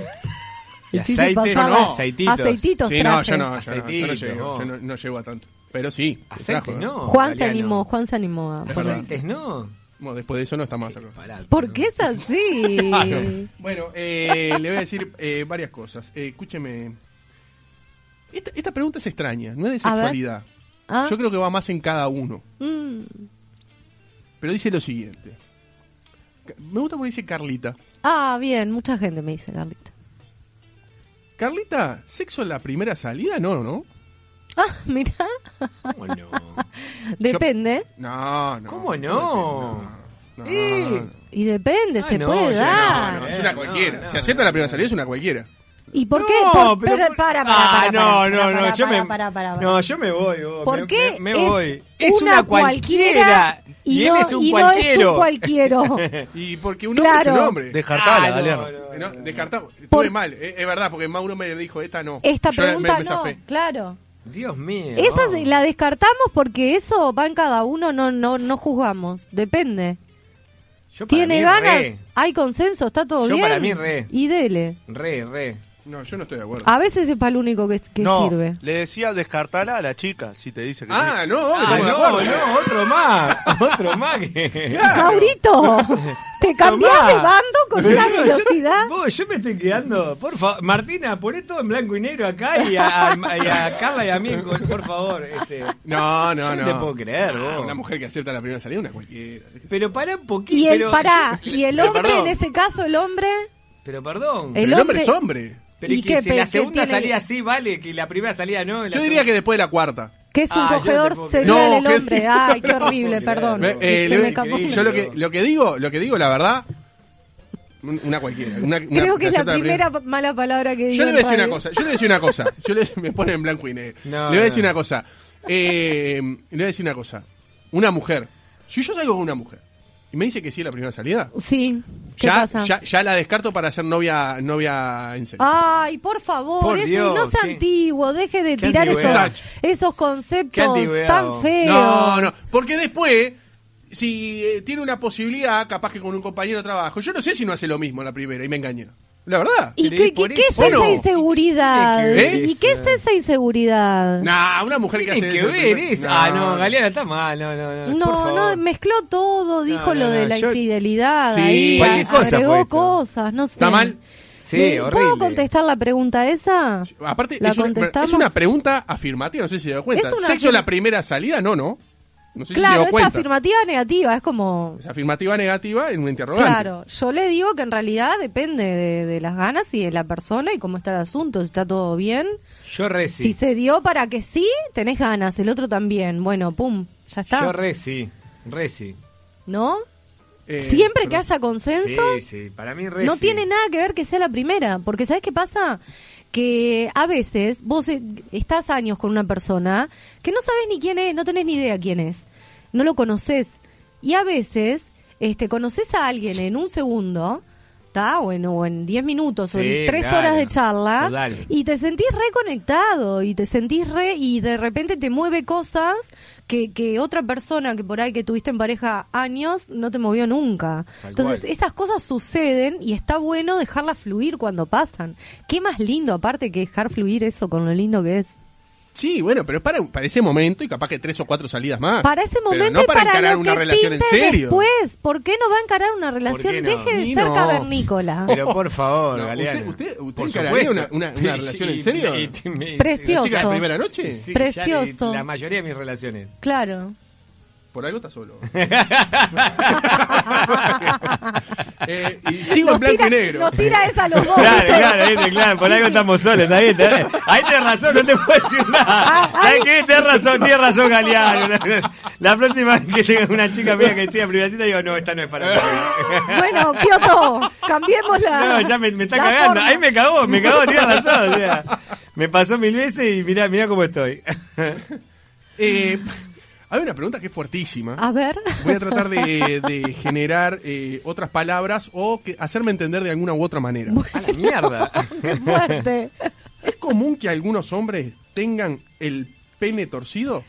S3: Y
S4: El chiste
S3: aceite,
S4: pasaba-
S3: no, no, aceititos.
S4: Aceititos
S2: Sí, no,
S4: traje.
S2: yo no, yo no, yo no
S3: Aceitito,
S2: llego,
S3: vos.
S2: yo no, no llego a tanto. Pero sí,
S3: Aceite,
S2: trajo,
S3: no.
S4: Juan se
S3: galeano.
S4: animó, Juan se animó. a poner-
S2: Perdón.
S3: Aceites, no.
S2: Bueno, después de eso no está más acá.
S3: Pará,
S4: ¿Por qué
S3: *laughs*
S4: es así?
S2: Bueno, eh, le voy a decir eh, varias cosas. Eh, escúcheme. Esta, esta pregunta es extraña, no es de
S4: A ver.
S2: sexualidad.
S4: Ah,
S2: Yo creo que va más en cada uno.
S4: mm.
S2: Pero dice lo siguiente. Ca- Me gusta porque dice Carlita.
S4: Ah, bien, mucha gente me dice, Carlita.
S2: Carlita, ¿sexo en la primera salida? No, no.
S4: Ah, *laughs* mira,
S3: ¿Cómo no?
S4: depende.
S2: No, no.
S3: ¿Cómo no?
S2: No,
S3: Eh.
S2: no.
S4: Y depende,
S3: Ah,
S4: se
S3: no,
S4: puede
S3: ya
S4: dar.
S2: No, no, es
S3: Eh,
S2: una
S3: no,
S2: cualquiera.
S3: no,
S2: si acepta
S3: no,
S2: la primera
S3: no.
S2: salida es una cualquiera.
S4: ¿Y por qué?
S3: No,
S4: Por-
S3: pero
S4: pero
S3: por-
S4: para, para,
S3: Ah,
S4: para,
S3: no,
S4: para,
S3: no,
S4: para,
S3: no,
S4: para,
S3: yo me,
S4: para, para, para.
S3: no, yo me voy. vos,
S4: ¿Por
S3: me-
S4: qué
S3: Me, me
S4: es
S3: voy. Es una,
S4: una
S3: cualquiera. Y, él
S4: no-
S3: es un
S4: y no es
S3: cualquiero. *laughs*
S4: un cualquiero.
S2: Y porque un hombre
S4: Claro.
S2: es un hombre.
S5: Descartala,
S3: Ah, no,
S5: Galeano.
S3: no,
S2: Eh, no, descartamos. Estuve
S4: Por-
S2: mal, eh, es verdad, porque Mauro me dijo, esta no.
S4: Esta
S2: Yo
S4: pregunta
S2: me- me
S4: no,
S2: zafé.
S4: claro.
S3: Dios mío.
S4: Esa se- la descartamos porque eso va en cada uno, no, no, no juzgamos. Depende.
S3: Yo para
S4: ¿Tiene
S3: mí,
S4: ganas?
S3: re.
S4: ¿Hay consenso? ¿Está todo
S3: Yo
S4: bien?
S3: para mí, re.
S4: Y dele.
S3: Re, re.
S2: No, yo no estoy de acuerdo.
S4: A veces es para lo único que, que
S5: no,
S4: sirve.
S5: le decía descartala a la chica si te dice que
S2: Ah,
S5: sí.
S2: no, obvio,
S3: Ah,
S2: estamos de
S3: no,
S2: acuerdo.
S3: no, otro más. *laughs* Otro más que.
S4: Maurito, te cambiás
S3: Tomá.
S4: de bando con
S3: Pero
S4: una
S3: yo-
S4: velocidad.
S3: Yo, vos, yo me estoy quedando. Por favor, Martina, poné todo en blanco y negro acá y a, a- y a Carla y a mí, por por favor. Este,
S2: No, no,
S3: Yo no
S2: no.
S3: te puedo creer,
S2: Ah,
S3: vos.
S2: Una mujer que acepta la primera salida, una cualquiera.
S3: pero pará un poquito.
S4: Y el,
S3: pero,
S4: pará, y el
S5: pero
S4: hombre, en
S5: perdón.
S4: ese caso, el hombre,
S3: Pero perdón.
S2: Pero
S4: El
S2: el hombre
S4: hombre-
S2: es hombre.
S3: pero es
S4: ¿y
S3: que
S4: qué
S3: si
S4: pe-
S3: la
S4: qué
S3: segunda
S4: tiene?
S3: salida sí vale, que la primera salida no. la
S2: Yo diría que
S3: segunda-
S2: después de la cuarta.
S4: que es
S3: Ah,
S4: un
S3: yo no te puedo creer.
S4: cogedor serial
S2: No,
S4: el
S2: qué-
S4: hombre. Ay, qué
S3: no,
S4: horrible,
S3: no,
S4: perdón.
S3: no,
S2: Ve- eh,
S3: no,
S4: Se
S2: le-
S4: me
S3: es
S4: escapó.
S3: increíble.
S2: yo lo que, lo que digo, lo que digo, la verdad, un- una cualquiera. una- una
S4: Creo que es la
S2: acepta
S4: primera pa- mala palabra que
S2: Yo
S4: digo.
S2: le voy a
S4: en
S2: decir una
S4: radio.
S2: cosa, yo le voy a decir una cosa. Yo le- me pone en blanco y negro.
S3: *laughs* No,
S2: le voy a decir
S3: no.
S2: una cosa. Eh, le voy a decir una cosa. Una mujer. Si yo salgo con una mujer y me dice que sí a la primera salida,
S4: Sí, ¿qué
S2: ya,
S4: pasa?
S2: ya, ya la descarto para ser novia, novia en serio.
S4: Ay, por favor,
S3: Por
S4: ese
S3: Dios,
S4: no es
S3: sí.
S4: antiguo, deje de
S3: Qué
S4: tirar
S3: antigüedad.
S4: esos, esos conceptos
S3: Qué antigüedad,
S4: tan
S3: vos.
S4: feos.
S2: No, no, porque después, si eh, tiene una posibilidad, capaz que con un compañero de trabajo, yo no sé si no hace lo mismo la primera y me engañó. La verdad.
S4: ¿Y
S3: Pero
S4: qué,
S3: y por
S4: qué- qué es
S3: eso-
S2: Bueno.
S4: esa inseguridad?
S3: ¿Y
S2: qué
S4: ¿Y qué es esa inseguridad?
S2: Nah, una mujer que hace
S3: Tiene que
S2: eso,
S3: ver
S2: pero-
S3: eso. Ah, no, Galeana está mal. No, no, no. por
S4: No,
S3: favor.
S4: no, mezcló todo, dijo
S3: no,
S4: lo de
S3: no,
S4: la
S3: yo-
S4: infidelidad,
S2: Sí,
S4: ahí,
S2: cualquier
S4: a-
S3: cosa fue
S4: agregó
S3: esto.
S4: cosas, no sé.
S2: ¿Está mal?
S3: Sí,
S4: ¿Me-
S3: horrible.
S4: ¿Puedo contestar la pregunta esa?
S2: Aparte,
S4: ¿La
S2: es una,
S4: contestamos?
S2: es una pregunta afirmativa, no sé si se da cuenta.
S4: Es una
S2: ¿Sexo
S4: afirma-
S2: la primera salida? No, no. No sé si se
S4: Claro,
S2: da
S4: es
S2: cuenta.
S4: afirmativa negativa, es como...
S2: Es afirmativa negativa en un interrogante.
S4: Claro, yo le digo que en realidad depende de, de las ganas y de la persona y cómo está el asunto, si está todo bien.
S3: Yo re sí.
S4: Si se dio para que sí, tenés ganas, el otro también. Bueno, pum, ya está.
S3: Yo re sí. Re sí.
S4: ¿No?
S2: Eh,
S4: Siempre que
S2: pero-
S4: haya consenso,
S3: Sí, sí. Para mí re
S4: no
S3: sí.
S4: tiene nada que ver que sea la primera, porque ¿sabés qué pasa? Que a veces vos eh, estás años con una persona que no sabes ni quién es, no tenés ni idea quién es, no lo conoces. Y a veces este, conoces a alguien en un segundo, ¿tá? Bueno, o en 10 minutos, o
S3: Sí,
S4: en 3
S3: claro,
S4: horas de charla,
S3: total.
S4: y te sentís reconectado, y te sentís re, y de repente te mueve cosas que, que otra persona que por ahí que tuviste en pareja años no te movió nunca.
S3: Tal
S4: Entonces,
S3: cual.
S4: esas cosas suceden y está bueno dejarlas fluir cuando pasan. Qué más lindo, aparte que dejar fluir eso con lo lindo que es.
S2: Sí, bueno, pero es para, para ese momento y capaz que tres o cuatro salidas más.
S4: Para ese
S2: Ah, Pero
S4: momento
S2: no
S4: y
S2: para,
S4: para,
S2: encarar
S4: lo
S2: una
S4: que
S2: relación en
S4: pinte
S2: serio.
S4: después. ¿Por qué no va a encarar una relación?
S3: no?
S4: Deje de
S2: Ni
S4: ser
S2: no.
S4: cavernícola.
S2: *laughs*
S3: Pero por favor,
S2: No,
S3: Galeana.
S2: ¿usted- usted- usted
S3: Por
S2: encararía
S3: supuesto.
S2: una- una- una
S3: *laughs* Sí,
S2: relación en
S3: y-
S2: serio?
S3: y- y- me-
S4: Precioso.
S3: chicas,
S2: ¿La primera noche?
S3: sí,
S4: Precioso.
S3: ya de- La mayoría de mis
S4: *laughs*
S3: relaciones. *laughs*
S4: Claro.
S2: Por algo está solo. Eh, y
S4: *laughs*
S2: sigo en
S4: Nos
S2: blanco
S4: tira-
S2: y negro. este,
S4: Nos tira esa a los dos.
S3: Claro, claro, viste, claro, por algo
S4: *laughs*
S3: estamos solos, está bien, está bien. Ahí tenés razón, no te puedo decir
S4: Ah,
S3: nada. ¿Sabes qué? Tenés razón, tienes razón, Galeano. La próxima vez que tenga una chica mía que sea privacita, digo, no, esta no es para mí.
S4: Bueno, Kioto, cambiemos la.
S3: No, ya me, me está
S4: la
S3: cagando.
S4: forma.
S3: Ahí me cagó, me cagó, tienes razón. O sea, me pasó mil veces y mirá, mirá cómo estoy.
S2: Eh, hay una pregunta que es fuertísima.
S4: A ver.
S2: Voy a tratar de, de generar eh, otras palabras o que- hacerme entender de alguna u otra manera.
S3: A la mierda.
S4: *laughs* Qué fuerte.
S2: ¿Es común que algunos hombres tengan el pene torcido?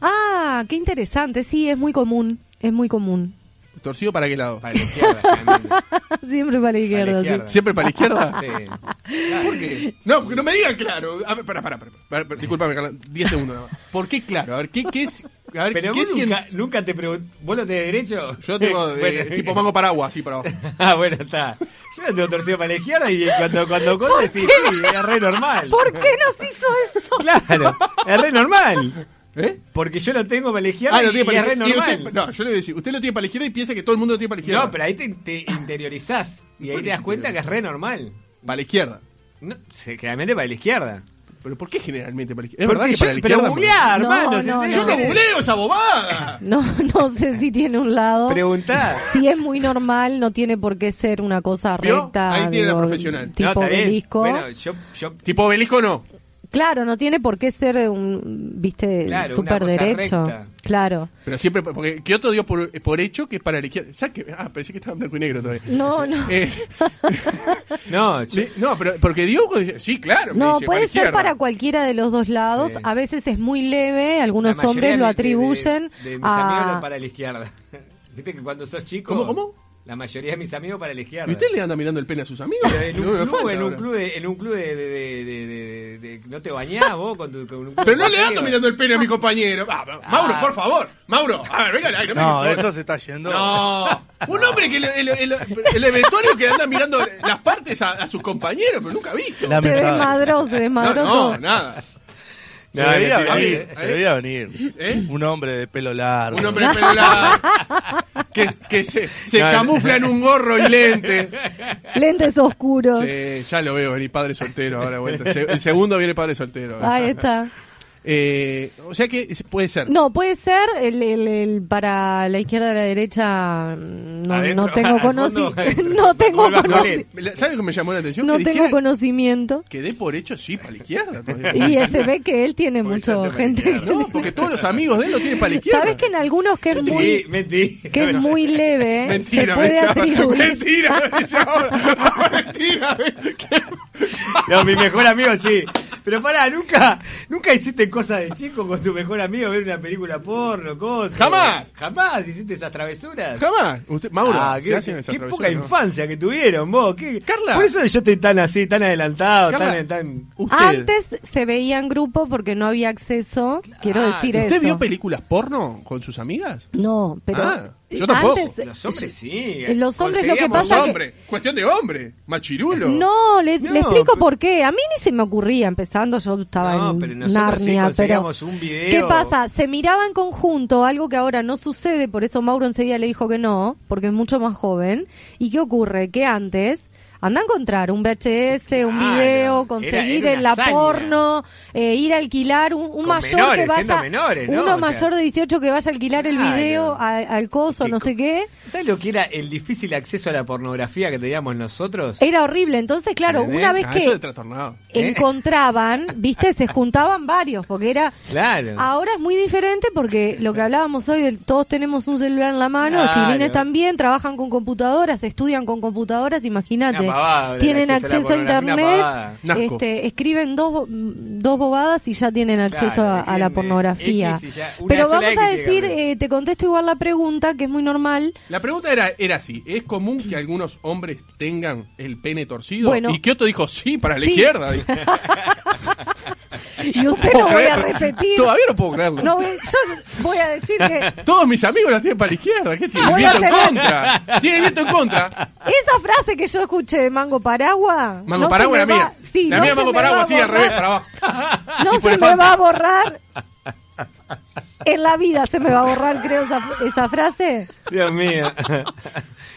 S4: Ah, qué interesante. Sí, es muy común. Es muy común. *laughs*
S2: ¿Torcido para qué lado?
S3: A la izquierda, también.
S4: Siempre para la izquierda. sí.
S3: izquierda.
S2: ¿Siempre para la izquierda?
S3: Sí.
S2: ¿Por qué? No, porque no me digan claro. A ver, pará, pará, pará. pará, pará, disculpame, Carla, 10 segundos nada más. ¿Por qué claro? A ver, ¿qué, qué es? A ver,
S3: Pero
S2: ¿qué
S3: vos
S2: sien-
S3: nunca, nunca te pregunté. ¿Vos lo tenés derecho?
S2: Yo tengo eh,
S3: *laughs* Bueno.
S2: tipo mango paraguas, así para abajo.
S3: Ah, bueno, está. Yo lo tengo torcido para la izquierda y cuando cuando cuando decís, sí, es re normal.
S4: ¿Por qué nos hizo esto?
S3: Claro, es re normal.
S2: ¿Eh?
S3: Porque yo lo tengo para la izquierda
S2: Ah, lo
S3: y,
S2: tiene para
S3: es
S2: la
S3: re
S2: izquierda. Y
S3: normal.
S2: usted- no, yo le voy a decir, usted lo tiene para la izquierda y piensa que todo el mundo lo tiene para la izquierda.
S3: No, pero ahí te, te interiorizás y ahí te das cuenta que es re normal.
S2: Para la izquierda.
S3: No, se- claramente para la izquierda.
S2: ¿Pero por qué generalmente para la izquierda? ¿Es
S3: Porque
S2: verdad que
S3: yo-
S2: para la
S3: pero
S2: izquierda?
S3: googleá,
S4: No,
S3: hermano.
S4: no,
S3: ¿entendés?
S4: no.
S3: Yo lo googleé.
S2: esa
S3: *laughs*
S2: bobada!
S4: No, no sé si tiene un lado. *laughs*
S3: Preguntá.
S4: Si es muy normal, no tiene por qué ser una cosa
S2: ¿Vio?
S4: recta.
S2: Ahí tiene la profesional.
S3: No,
S4: Tipo
S3: está bien.
S4: obelisco.
S3: Bueno, yo, yo
S2: Tipo obelisco no.
S4: Claro, no tiene por qué ser un, viste,
S3: Claro, una
S4: super derecho.
S3: cosa recta.
S4: Claro.
S2: Pero siempre, porque Kioto dio por, por hecho que es para la izquierda. ¿Sabes qué? Ah, pensé que estaba en blanco y negro todavía.
S4: No, no.
S2: Eh,
S3: No, yo-
S2: sí, no, pero porque Diego dice, sí,
S3: *laughs*
S2: claro. me
S4: no,
S2: dice,
S4: puede ser
S2: izquierda.
S4: para cualquiera de los dos lados.
S3: Sí.
S4: A veces es muy leve, algunos
S3: la mayoría
S4: hombres
S3: de-
S4: lo
S3: de-
S4: atribuyen
S3: De, de mis amigos
S4: a...
S3: lo para la izquierda. *laughs* Viste que cuando sos chico.
S2: ¿Cómo, cómo?
S3: la mayoría de mis amigos para la izquierda.
S2: ¿Y usted le anda mirando el pene a sus amigos?
S3: Pero Eh, en
S2: No me
S3: un, club,
S2: falta
S3: en un
S2: ahora.
S3: club, de- en un club de, de- de- de- de- de- no te bañás vos con, tu, con un club
S2: Pero
S3: de
S2: no le
S3: partido.
S2: ando mirando el pene a mi compañero. Ah, ma-
S3: Ah.
S2: Mauro, por favor. Mauro, a ver, venga, ay, no me
S5: No,
S2: jodas.
S5: esto se está yendo.
S2: No, un hombre que le- el, el, el eventuario que anda mirando las partes a, a sus compañeros, pero nunca visto.
S4: Se
S5: Lamentable.
S3: *laughs*
S4: desmadró, se
S2: No,
S4: desmadró todo.
S2: no, nada.
S5: Se
S3: No,
S5: veía
S3: mentira.
S5: venir.
S2: ¿Eh?
S5: Se veía venir.
S2: ¿Eh?
S5: Un hombre de pelo largo.
S2: Un hombre de pelo largo, que, que se, se
S3: No, no.
S2: camufla en un gorro y lente.
S4: Lentes oscuros.
S2: Sí, ya lo veo venir padre soltero ahora. Vuelta. Se- El segundo viene padre soltero.
S4: Ahí está.
S2: Eh, o sea que es- puede ser.
S4: No, puede ser el, el- el para la izquierda y la derecha. mm, No,
S3: Adentro,
S4: no
S3: *laughs*
S4: tengo
S3: al fondo,
S4: conocimiento.
S3: adentro.
S4: *laughs* No tengo,
S3: Como el
S4: conoci-
S3: basculín.
S2: ¿Sabes lo que Eh, me llamó la atención?
S4: no
S2: que
S4: tengo
S2: dijera-
S3: *laughs*
S4: conocimiento.
S2: Quedé por hecho, sí, para la izquierda. pues,
S4: *laughs* Y se ve que él tiene
S3: Por eso
S4: mucho
S3: te
S4: gente. que
S3: maniquearon.
S2: No, porque todos los amigos de él lo tienen para la izquierda.
S4: Sabes que en algunos que es
S3: Mentí,
S4: muy,
S3: mentí. *laughs*
S4: que es muy leve,
S2: Mentira,
S4: se puede
S2: me llama-
S4: atribuir.
S2: Mentira, me llama- *laughs* Mentira. me- que-
S3: No, mi mejor amigo sí. Pero pará, nunca, nunca hiciste cosas de chico con tu mejor amigo, ver una película porno, cosas.
S2: Jamás.
S3: Jamás hiciste esas travesuras.
S2: Jamás. Usted, Mauro,
S3: Ah,
S2: se
S3: qué,
S2: hacen esas
S3: qué
S2: travesuras,
S3: poca
S2: ¿no?
S3: infancia que tuvieron vos. qué-
S2: Carla.
S3: Por eso yo estoy tan así, tan adelantado,
S2: Carla,
S3: tan... tan...
S2: Usted,
S4: Antes se veían grupos porque no había acceso. Quiero decir
S2: ¿usted
S4: eso.
S2: vio películas porno con sus amigas?
S4: no, pero
S2: Ah, yo tampoco.
S4: antes
S3: Los hombres sí.
S4: Los hombres lo que
S3: Conseguíamos-
S4: pasa que-
S2: hombre, cuestión de hombre, machirulo.
S4: No, le,
S3: No,
S4: le explico
S3: pero-
S4: por qué. A mí ni se me ocurría, empezando yo estaba
S3: No,
S4: en
S3: pero nosotros sí
S4: Narnia, pero
S3: conseguíamos un video.
S4: ¿qué pasa? Se miraba en conjunto, algo que ahora no sucede, por eso Mauro enseguida le dijo que no, porque es mucho más joven. ¿Y qué ocurre? Que antes anda a encontrar un VHS, un
S3: Claro,
S4: video,
S3: era-
S4: conseguir
S3: era
S4: en
S3: una
S4: la
S3: hazaña.
S4: porno, eh, ir a alquilar un, un
S3: Con
S4: mayor
S3: menores,
S4: que vaya,
S3: siendo menores, ¿no?
S4: uno
S3: O sea,
S4: mayor de 18 que vaya a alquilar el
S3: claro.
S4: video al, al coso, no sé qué.
S3: ¿Sabes lo que era el difícil acceso a la pornografía que teníamos nosotros?
S4: Era horrible, entonces claro,
S2: ¿Entendés?
S4: una vez
S2: Ah,
S4: que
S2: Eso de trastornado.
S3: ¿Eh?
S4: encontraban, viste, se juntaban varios, porque era...
S3: Claro.
S4: Ahora es muy diferente porque lo que hablábamos hoy, del- todos tenemos un celular en la mano, los
S3: Claro.
S4: chilines también, trabajan con computadoras, estudian con computadoras,
S3: Una
S4: imagínate,
S3: pavada, el
S4: tienen
S3: acceso a la
S4: acceso a
S3: pornografía, una
S4: internet,
S3: pavada.
S2: Un asco.
S4: este, escriben dos, bo- dos bobadas y ya tienen acceso
S3: Claro,
S4: a, a la
S3: tienen, eh,
S4: pornografía.
S3: X y ya, una
S4: Pero
S3: sola
S4: vamos
S3: X
S4: a
S3: te
S4: decir,
S3: ganan.
S4: eh, te contesto igual la pregunta, que es muy normal,
S2: La pregunta era, era así, ¿es común que algunos hombres tengan el pene torcido?
S4: Bueno.
S2: y Kioto dijo, sí, para la
S4: Sí. *laughs*
S2: izquierda. Dijo,
S4: y usted no voy a repetir.
S2: Todavía no puedo creerlo.
S4: No, voy- yo voy a decir que
S2: Todos mis amigos la tienen para la izquierda. ¿Qué tiene?
S4: Voy a
S2: Viento en
S4: hacer-
S2: contra. Tiene viento en contra.
S4: Esa frase que yo escuché de Mango Paragua.
S2: Mango
S4: no
S2: Paraguas la
S4: se me
S2: mía.
S4: va- sí,
S2: la
S4: no
S2: mía
S4: se
S2: Mango
S4: me va
S2: Paraguas,
S4: a
S2: sí, al
S4: borrar.
S2: revés, para abajo. *laughs*
S4: No
S2: Y
S4: se
S2: por
S4: me
S2: elefante.
S4: va a borrar. En la vida se me va a borrar, creo, esa, esa frase.
S3: Dios
S4: *laughs*
S3: mío.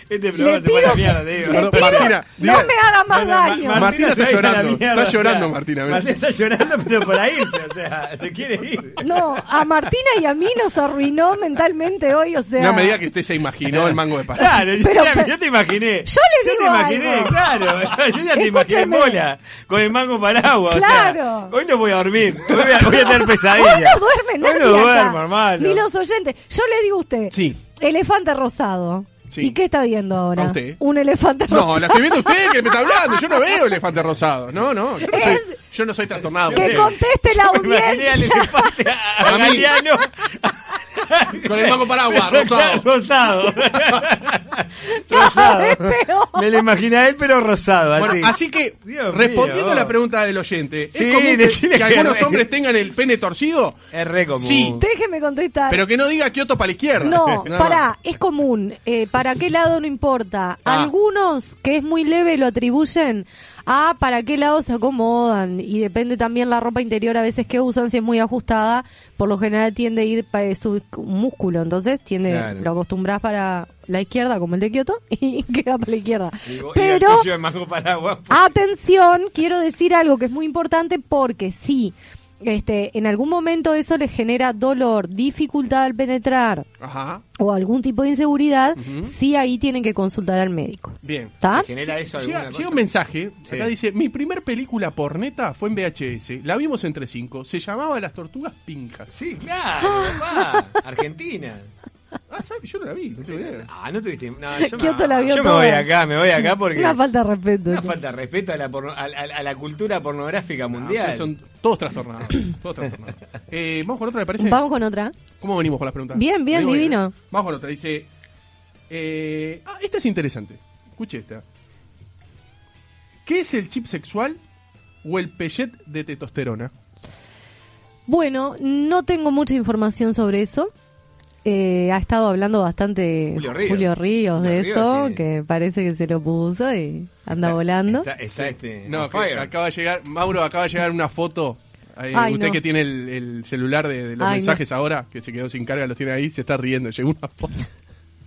S3: Este
S4: Le
S3: programa se
S4: pido,
S3: fue a la mierda, te digo.
S4: le
S2: Perdón,
S4: pido-
S2: Martina, diga-
S4: no me haga más
S3: Bueno, Ma-
S4: daño.
S2: Mar- Martina está
S3: se va a ir a la
S2: llorando,
S3: mierda,
S2: está
S3: o sea,
S2: llorando, Martina, mira.
S3: Martina está llorando, pero para irse, o sea,
S2: *laughs*
S3: se quiere ir.
S4: no, a Martina y a mí nos arruinó mentalmente hoy, o sea.
S2: No me diga que usted se imaginó el mango de
S4: *laughs*
S2: Paraguas.
S3: Claro, yo,
S4: Pero-
S3: ya- yo te imaginé.
S4: Yo le
S3: Yo te
S4: digo
S3: imaginé,
S4: algo.
S3: claro. *laughs* Yo ya te imaginé en
S4: Escúcheme.
S3: bola, con el mango paraguas.
S4: Claro.
S3: O sea, hoy no voy a dormir, hoy voy a, voy a tener
S4: Hoy
S3: pesadillas.
S4: no duerme
S3: Hoy
S4: nadie
S3: no
S4: acá,
S3: duermo, hermano.
S4: Ni los oyentes. Yo le digo a usted.
S2: Sí.
S4: Elefante rosado.
S2: Sí.
S4: ¿Y qué está viendo ahora?
S2: A usted.
S4: Un elefante rosado.
S2: No, la estoy viendo usted que me está hablando. Yo no veo elefante rosado. No, no. Yo no soy,
S4: Es-
S2: yo no soy trastornado.
S4: Que conteste la
S3: Me imaginé al
S4: audiencia.
S3: elefante, a- a
S2: A mí. *laughs*
S3: Galeano,
S2: Con el mango paraguas,
S4: *laughs*
S3: rosado.
S2: rosado.
S3: *laughs* rosado.
S4: Cada *laughs* vez peor.
S3: Me lo imaginé a él, pero rosado, así.
S2: Bueno, así que,
S3: Dios
S2: respondiendo
S3: mío.
S2: a la pregunta del oyente, ¿es
S3: Sí,
S2: común que,
S3: decile
S2: que
S3: que-
S2: algunos hombres tengan el pene torcido?
S3: Es re común.
S2: Sí.
S4: Déjeme contestar.
S2: Pero que no diga Kioto para la izquierda. *laughs*
S4: no,
S2: Nada más.
S4: *laughs* pará, es común. Eh, ¿Para qué lado no importa?
S2: Ah.
S4: Algunos, que es muy leve, lo atribuyen a para qué lado se acomodan. Y depende también la ropa interior a veces que usan, si es muy ajustada, por lo general tiende a ir para su músculo. Entonces tiende,
S3: Claro.
S4: lo acostumbras para la izquierda, como el de Kioto, *laughs* y queda para la izquierda.
S3: Y vos- y el
S4: Pero... Ah.
S3: tuyo de mango paraguas.
S4: Atención, quiero decir algo que es muy importante porque sí, este, en algún momento eso les genera dolor, dificultad al penetrar
S2: Ajá.
S4: o algún tipo de inseguridad,
S2: Ujú.
S4: sí ahí tienen que consultar al médico.
S2: Bien.
S4: ¿Está?
S3: ¿Genera eso alguna
S2: Llega,
S3: cosa?
S2: llega un mensaje,
S3: Sí.
S2: acá dice, mi primer película porneta fue en VHS, la vimos entre cinco, se llamaba Las Tortugas Pincas.
S3: Sí, claro,
S4: Ah.
S3: papá. Argentina.
S2: Ah, ¿sabes? Yo no la vi, no tengo idea.
S3: Ah, no tuviste. No, yo me,
S4: Kioto la vio
S3: yo me
S4: toda.
S3: voy acá, me voy acá porque.
S4: Una falta de respeto.
S3: una falta de respeto a la, porno- a, a- a la cultura pornográfica
S2: Ah,
S3: mundial.
S2: ustedes son todos trastornados. todos trastornados. *laughs* Eh, Vamos con otra, me parece.
S4: Vamos con otra.
S2: ¿Cómo venimos con las preguntas?
S4: Bien, bien,
S2: Venimos
S4: divino.
S2: Vamos con otra, dice... Eh, ah, esta es interesante. Escuche esta. ¿Qué es el chip sexual o el pellet de testosterona?
S4: Bueno, no tengo mucha información sobre eso. Eh, ha estado hablando bastante
S6: Julio Ríos.
S4: Ríos de
S6: Julio
S4: eso,
S6: Ríos tiene-
S4: que parece que se lo puso y anda
S6: Está-
S4: volando.
S6: Está, está este.
S2: No,
S6: on
S2: que
S6: fire.
S2: acaba de llegar, Mauro, acaba de llegar una foto. Eh,
S4: Ay,
S2: usted
S4: no.
S2: que tiene el, el celular de, de los
S4: Ay,
S2: mensajes ahora, que se quedó sin carga, los tiene ahí, se está riendo. Llegó una foto.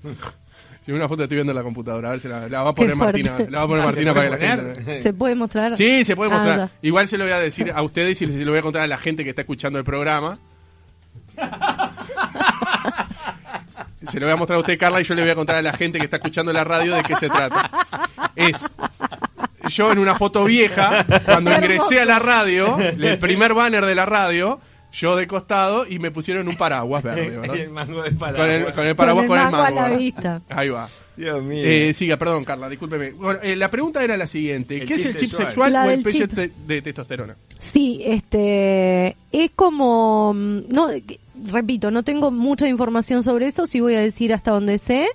S2: *laughs* Llegó una foto, estoy viendo en la computadora. A ver si la, la va a
S4: Qué
S2: poner Martina.
S4: fuerte.
S2: La va a
S6: *laughs*
S2: poner
S6: Ah,
S2: Martina
S6: ¿se
S2: para
S6: puede
S2: que la gente.
S6: poner?
S2: vea.
S4: ¿Se puede mostrar?
S2: Sí, se puede
S4: Ah,
S2: mostrar.
S4: ya.
S2: Igual se lo voy a decir a ustedes y se lo voy a contar a la gente que está escuchando el programa. Se lo voy a mostrar a usted, Carla, y yo le voy a contar a la gente que está escuchando la radio de qué se trata. Es yo en una foto vieja, cuando ingresé a la radio, el primer banner de la radio, yo de costado y me pusieron un paraguas verde, ¿verdad?
S3: *laughs* El mango de pala.
S2: Con el, con el paraguas con el
S4: mango a la
S2: mango.
S4: vista.
S2: Ahí va.
S3: Dios mío.
S2: Eh, siga, perdón, Carla, discúlpeme. Bueno, eh, la pregunta era la siguiente:
S6: El
S2: ¿qué es
S6: chip
S2: el chip
S6: sexual.
S2: sexual,
S4: La
S2: o el
S4: del
S2: pellet
S4: chip.
S2: de, de testosterona?
S4: Sí, este es como mm, no que- repito, no tengo mucha información sobre eso, sí voy a decir hasta donde sé,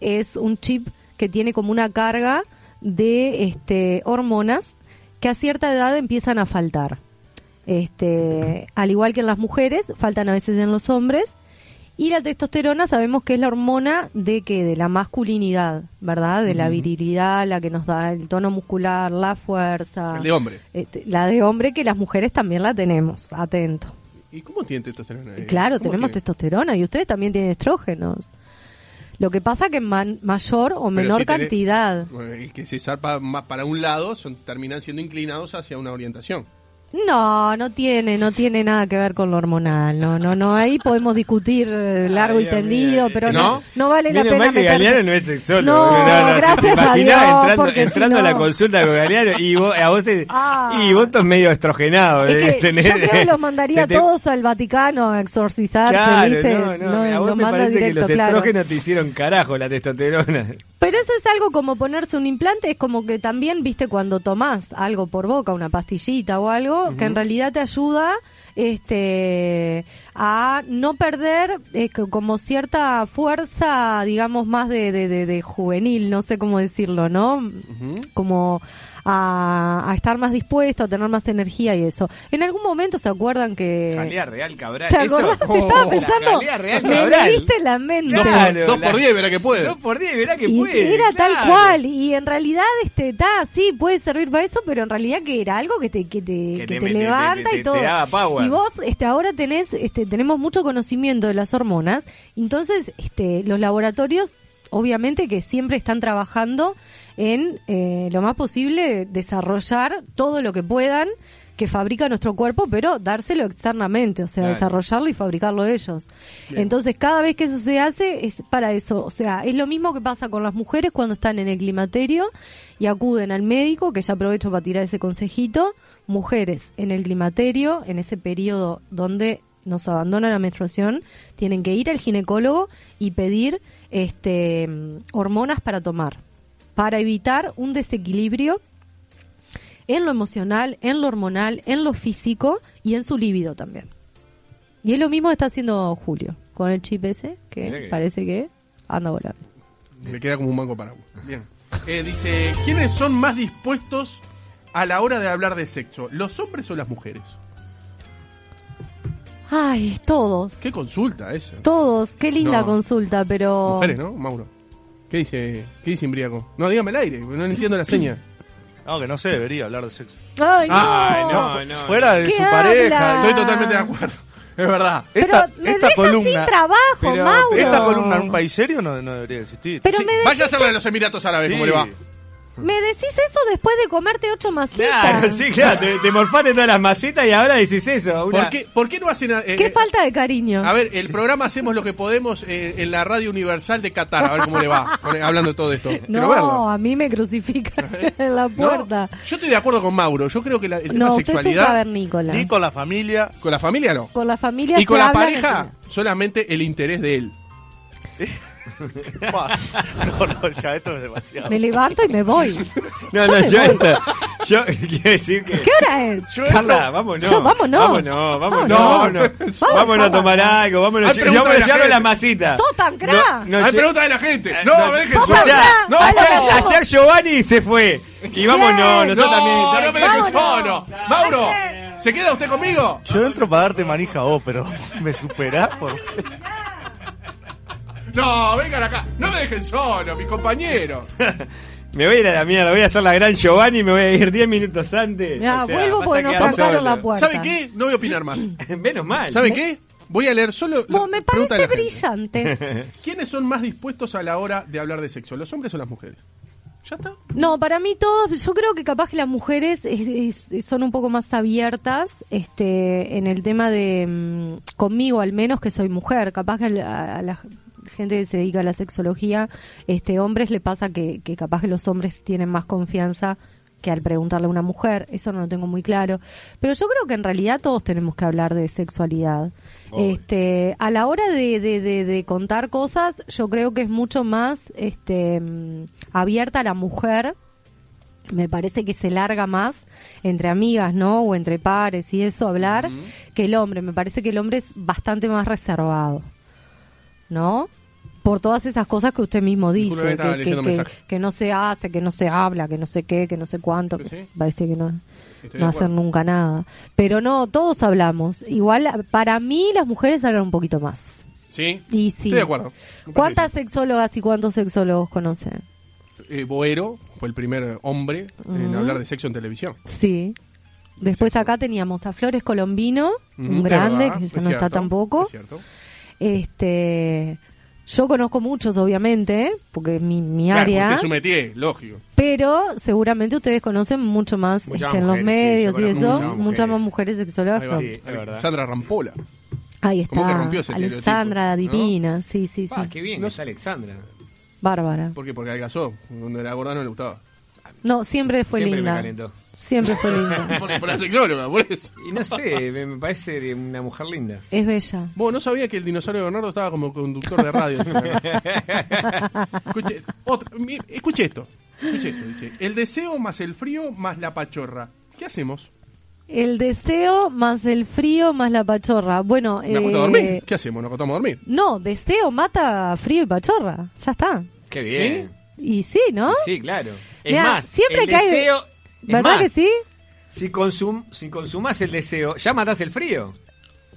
S4: es un chip que tiene como una carga de este hormonas que a cierta edad empiezan a faltar. Este, al igual que en las mujeres, faltan a veces en los hombres. Y la testosterona sabemos que es la hormona de que de la masculinidad, ¿verdad? De la virilidad, la que nos da el tono muscular, la fuerza.
S2: El de hombre.
S4: Este, la de hombre que las mujeres también la tenemos, atento.
S2: ¿Y cómo tiene testosterona? eh?
S4: claro,
S2: ¿Cómo
S4: tenemos
S2: tiene?
S4: testosterona y ustedes también tienen estrógenos. Lo que pasa que en man- mayor o
S2: Pero
S4: menor
S2: si tenés-
S4: cantidad.
S2: Bueno, el que se zarpa más para un lado son, terminan siendo inclinados hacia una orientación.
S4: No, no tiene, no tiene nada que ver con lo hormonal. No, no, no, ahí podemos discutir eh, largo
S3: Ay,
S4: y
S3: Dios
S4: tendido,
S3: mío.
S4: pero no,
S2: ¿No?
S4: no vale la
S3: Menos
S4: pena
S3: mal que
S4: meterse.
S3: Galeano no es sexólogo.
S4: No, gracias
S3: ¿te
S4: a
S3: imaginás
S4: Dios,
S3: entrando,
S4: porque
S3: entrando
S4: si
S3: a la
S4: no-
S3: consulta con Galeano y vos, a vos te-
S4: *laughs* Ah.
S3: y vos sos medio estrogenado.
S4: Es
S3: eh,
S4: que
S3: tenés-
S4: yo creo que los
S3: *laughs* se
S4: mandaría
S3: te-
S4: todos al Vaticano a exorcizarse,
S3: Claro,
S4: ¿viste?
S3: no, no, a
S4: los
S3: vos me
S4: manda
S3: parece que
S4: directo,
S3: los
S4: claro.
S3: estrógenos te hicieron carajo la testosterona.
S4: Pero eso es algo como ponerse un implante, es como que también, viste, cuando tomás algo por boca, una pastillita o algo, que en realidad te ayuda este a no perder eh, co- como cierta fuerza, digamos, más de, de, de- de juvenil, no sé cómo decirlo, ¿no? Como a, a estar más dispuesto, a tener más energía y eso. En algún momento se acuerdan que...
S6: Jalea Real Cabral.
S4: ¿Te
S6: Eso.
S4: *laughs* acordás?
S6: Oh,
S4: Estaba
S6: la
S4: pensando,
S6: jalea Real
S4: me
S6: Cabral.
S4: leíste la mente.
S2: Dos,
S3: Claro,
S2: por, dos
S3: la-
S2: por diez, verá que puede.
S3: No por 10, verá que
S4: Y
S3: puede.
S4: era tal
S3: claro.
S4: cual, y en realidad este ta, sí, puede servir para eso, pero en realidad que era algo que te, que te,
S3: Que
S4: que
S3: te
S4: te
S3: mete-
S4: levanta
S3: te-
S4: y
S3: te
S4: todo.
S3: daba power.
S4: Y vos este ahora tenés, este, tenemos mucho conocimiento de las hormonas, entonces, este, los laboratorios, obviamente que siempre están trabajando en eh, lo más posible desarrollar todo lo que puedan que fabrica nuestro cuerpo, pero dárselo externamente, o sea,
S3: Claro.
S4: desarrollarlo y fabricarlo ellos. Entonces, cada vez que eso se hace es para eso. O sea, es lo mismo que pasa con las mujeres cuando están en el climaterio y acuden al médico, que ya aprovecho para tirar ese consejito. Mujeres en el climaterio, en ese periodo donde nos abandona la menstruación, tienen que ir al ginecólogo y pedir este, mm, hormonas para tomar, para evitar un desequilibrio en lo emocional, en lo hormonal, en lo físico y en su líbido también. Y es lo mismo que está haciendo Julio con el chip ese,
S3: Mirá
S4: que
S3: que-
S4: parece que anda volando.
S2: Le queda como un banco paraguas. Bien. Eh, dice, ¿quiénes son más dispuestos a la hora de hablar de sexo? ¿Los hombres o las mujeres?
S4: Ay, todos,
S2: ¿Qué consulta esa?
S4: todos, qué linda
S2: No.
S4: consulta, pero...
S2: Mujeres, ¿no, Mauro? ¿Qué dice, qué dice Imbriaco? No, dígame el aire, no entiendo la seña.
S5: No, que no se debería hablar de sexo.
S4: Ay, no.
S2: Ay,
S6: No, no.
S5: Fuera de
S4: ¿Qué
S5: su
S4: habla?
S5: pareja.
S2: Estoy totalmente de acuerdo. Es verdad.
S4: Pero
S5: Esta,
S4: me
S5: esta
S4: dejas
S5: columna.
S4: sin trabajo,
S5: pero-
S4: Mauro.
S5: Esta columna en un país serio no, no debería existir.
S4: Pero
S2: Sí,
S4: me, de-
S2: Vaya a hacerla de los Emiratos Árabes,
S5: Sí.
S2: ¿cómo le va?
S4: me decís eso después de comerte ocho masitas.
S3: Claro, sí, claro. Te, te morfaste todas las macetas y ahora decís eso. Una...
S2: ¿Por qué, por qué no hacen.? eh,
S4: Qué
S2: eh,
S4: falta de cariño.
S2: A ver, el programa hacemos lo que podemos eh, en la Radio Universal de Qatar, a ver cómo le
S4: *laughs*
S2: va, con- hablando de todo esto. Quiero verlo.
S4: no, a mí me crucifican *laughs* en la
S2: No,
S4: puerta.
S2: yo estoy de acuerdo con Mauro. Yo creo que la, el tema
S4: No, usted es un
S2: sexualidad.
S4: cavernícola.
S5: Ni con la familia.
S2: Con la familia no.
S4: Con la familia
S2: Y
S4: se
S2: con la
S4: habla
S2: pareja, solamente el interés de él.
S5: Buah, *laughs* no, no, ya esto es demasiado.
S4: Me levanto y me voy.
S3: No, no, yo esto, Yo *laughs* quiero decir que.
S4: ¿Qué hora es?
S3: Carla, vámonos.
S4: Yo, vámonos.
S3: Vámonos, vámonos.
S2: Vámonos.
S3: vámonos. Vámonos a tomar algo, vámonos.
S2: Hay
S3: Yo
S2: preguntas
S3: me
S2: de la
S3: llevaron
S2: gente.
S3: la masita.
S4: ¡Sos tan cra!
S3: No,
S2: Hay
S3: yo-
S2: preguntas de la gente.
S3: Eh,
S2: No, me dejen
S3: o
S4: sos
S2: solo.
S4: tan
S3: sea,
S4: cra.
S2: No,
S4: A lo que
S2: no.
S4: estamos.
S3: Ayer Giovanni se fue. Y vámonos,
S4: Bien.
S3: nosotros también.
S2: No, no me dejes solo.
S4: Vámonos.
S2: Mauro, ¿se queda usted conmigo?
S5: Yo entro para darte manija a vos, pero me superás por...
S2: No, vengan acá. No me dejen solo, mis compañeros.
S3: *laughs* Me voy a ir a la mierda, voy a hacer la gran Giovanni y me voy a ir 10 minutos antes.
S4: Mirá,
S3: O sea,
S4: vuelvo
S3: vas a
S4: porque nos
S3: quedar *laughs*
S4: tocaron
S3: solo.
S4: la puerta.
S2: ¿Sabe qué? No voy a opinar más.
S3: Menos mal.
S2: ¿Sabe qué? Voy a leer solo.
S4: Vos
S2: la-
S4: me
S2: pregunta de
S4: parece
S2: la gente.
S4: brillante.
S2: *laughs* ¿Quiénes son más dispuestos a la hora de hablar de sexo, los hombres o las mujeres? ¿Ya está?
S4: No, para mí todos, yo creo que capaz que las mujeres es- es- son un poco más abiertas este, en el tema de, mm, conmigo al menos que soy mujer, capaz que al- a, a la gente que se dedica a la sexología, este, hombres le pasa que, que capaz que los hombres tienen más confianza que al preguntarle a una mujer, eso no lo tengo muy claro, pero yo creo que en realidad todos tenemos que hablar de sexualidad. Este, a la hora de, de- de- de contar cosas, yo creo que es mucho más este, mm, abierta la mujer. Me parece que se larga más entre amigas, ¿no? O entre pares y eso, hablar, que el hombre. Me parece que el hombre es bastante más reservado, ¿no? Por todas esas cosas que usted mismo dice,
S2: Disculpe,
S4: que,
S2: estaba
S4: que-
S2: leyendo
S4: que-
S2: mensajes.
S4: que no se hace, que no se habla, que no sé qué, que no sé cuánto.
S2: Pues
S4: que
S2: sí.
S4: Parece que no
S2: Estoy de
S4: no
S2: acuerdo.
S4: hacer nunca nada. Pero no, todos hablamos. Igual, para mí, las mujeres hablan un poquito más.
S2: Sí.
S4: Y sí.
S2: Estoy de acuerdo. Me parece
S4: ¿Cuántas sexólogas y cuántos sexólogos conocen?
S2: que sí. Eh, Boero fue el primer hombre en
S4: Ujú.
S2: hablar de sexo en televisión.
S4: Sí. Después acá teníamos a Flores Colombino,
S2: Ujú,
S4: un grande,
S2: es verdad,
S4: que
S2: es
S4: ya no
S2: cierto,
S4: está tampoco.
S2: es cierto.
S4: Este, yo conozco muchos, obviamente, ¿eh? porque es mi, mi
S2: Claro,
S4: área.
S2: porque es un métier, lógico.
S4: Pero seguramente ustedes conocen mucho más
S2: Muchas
S4: este, en los
S2: mujeres, sí,
S4: medios
S2: yo
S4: y
S2: conozco
S4: eso.
S2: muchas
S4: Muchas,
S2: mujeres.
S4: más mujeres sexólogas.
S2: Ahí va,
S4: con-
S2: ahí va.
S5: verdad.
S2: Sandra Rampola.
S4: Ahí está.
S2: ¿Cómo que rompió ese estereotipo?
S4: Alessandra,
S2: ¿No?
S4: divina. Sí, sí, sí.
S6: Ah, qué bien, es Alexandra.
S4: Bárbara.
S2: ¿Por qué? Porque adelgazó. Cuando era gorda no le *laughs* gustaba.
S4: No, siempre fue
S6: Siempre me
S4: linda.
S6: calentó.
S4: siempre fue linda.
S2: *laughs* Porque por la sexóloga, por eso.
S6: Y no
S3: *laughs*
S6: sé, me, me parece de una mujer linda.
S4: es bella.
S2: Vos no sabía que el dinosaurio Bernardo estaba como conductor de radio. escuche, otra- mi- escuche esto. Escuche esto. Dice, el deseo más el frío más la pachorra. ¿Qué hacemos?
S4: El deseo más el frío más la pachorra. Bueno,
S2: ¿Me acuesto a
S4: eh,
S2: dormir? ¿Qué hacemos? ¿Nos acostamos a dormir?
S4: no, deseo mata frío y pachorra. Ya está.
S6: Qué bien.
S4: Y sí, ¿no?
S6: Sí, claro. Es
S4: Mirá,
S6: más,
S4: siempre
S6: el
S4: que hay-
S6: deseo. es
S4: ¿Verdad
S6: más,
S4: que sí?
S6: Si, consum, si consumás el deseo, ya matás el frío.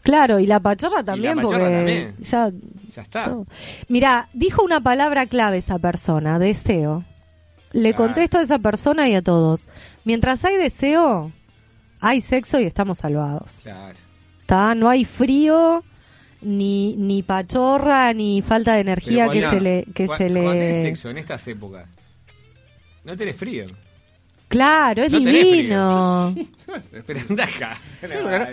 S4: Claro, y la pachorra también,
S6: pachorra
S4: porque
S6: también.
S4: ya.
S6: Ya está.
S4: todo. Mirá, dijo una palabra clave esa persona, deseo. Le
S6: Claro.
S4: contesto a esa persona y a todos. Mientras hay deseo, hay sexo y estamos salvados.
S6: Claro.
S4: ¿tá? No hay frío, ni, ni pachorra, ni falta de energía
S6: Pero
S4: que
S6: cuando-
S4: se le... Que
S6: cua-
S4: se le...
S6: Cuando tenés sexo en estas épocas, no tenés frío. *laughs*
S4: Claro, es
S6: No tenés frío.
S4: divino.
S6: Pero andá acá.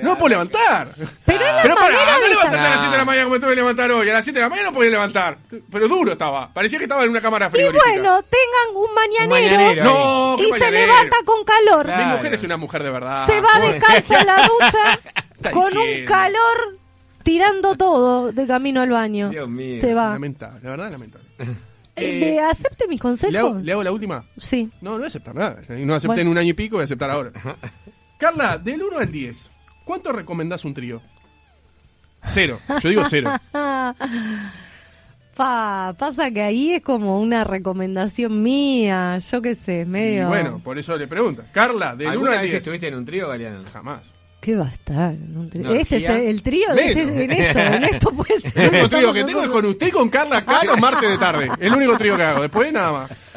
S2: No me puedo levantar.
S4: *laughs* Pero es la
S2: Pero para,
S4: manera
S2: no
S4: de
S2: levantaste a las
S6: Ah.
S2: 7 de la mañana como me tuve que levantar hoy. A las 7 de la mañana no podía levantar. Pero duro estaba. Parecía que estaba en una cámara
S4: Y
S2: frigorífica.
S4: bueno, tengan un mañanero,
S6: mañanero.
S2: No, qué
S4: y se
S2: mañanero.
S4: levanta con calor.
S6: Claro.
S2: Mi mujer es una mujer de verdad.
S4: Se va
S2: Pobre.
S4: descalzo a la ducha
S2: *laughs* Está
S4: con un
S2: diciendo.
S4: calor tirando todo de camino al baño.
S6: Dios mío.
S4: Se va.
S2: Lamentable, la verdad lamentable.
S4: Eh,
S2: Eh,
S4: ¿Acepte mis consejos?
S2: ¿Le hago, le hago la última?
S4: Sí.
S2: No, no voy a aceptar nada. No acepté
S4: Bueno.
S2: en un año y pico, voy a aceptar ahora. Carla, del 1 al 10, ¿cuánto recomendás un trío? Cero. Yo digo
S4: *laughs*
S2: cero.
S4: Ah, Pa, pasa que ahí es como una recomendación mía, yo qué sé,
S2: Y
S4: medio...
S2: bueno, por eso le pregunto. Carla, del 1
S6: ¿Alguna
S2: al
S6: vez
S2: 10.
S6: estuviste en un trío, Galeano? *laughs*
S2: Jamás.
S4: ¿Qué va a estar? en un trío?
S6: Una
S4: Este es
S6: orgía.
S4: el, el trío de
S2: Menos.
S4: este- en esto, en
S2: *laughs*
S4: esto pues.
S2: El único trío que tengo es con usted y con Carla acá los martes de tarde. El único trío que hago. Después nada más.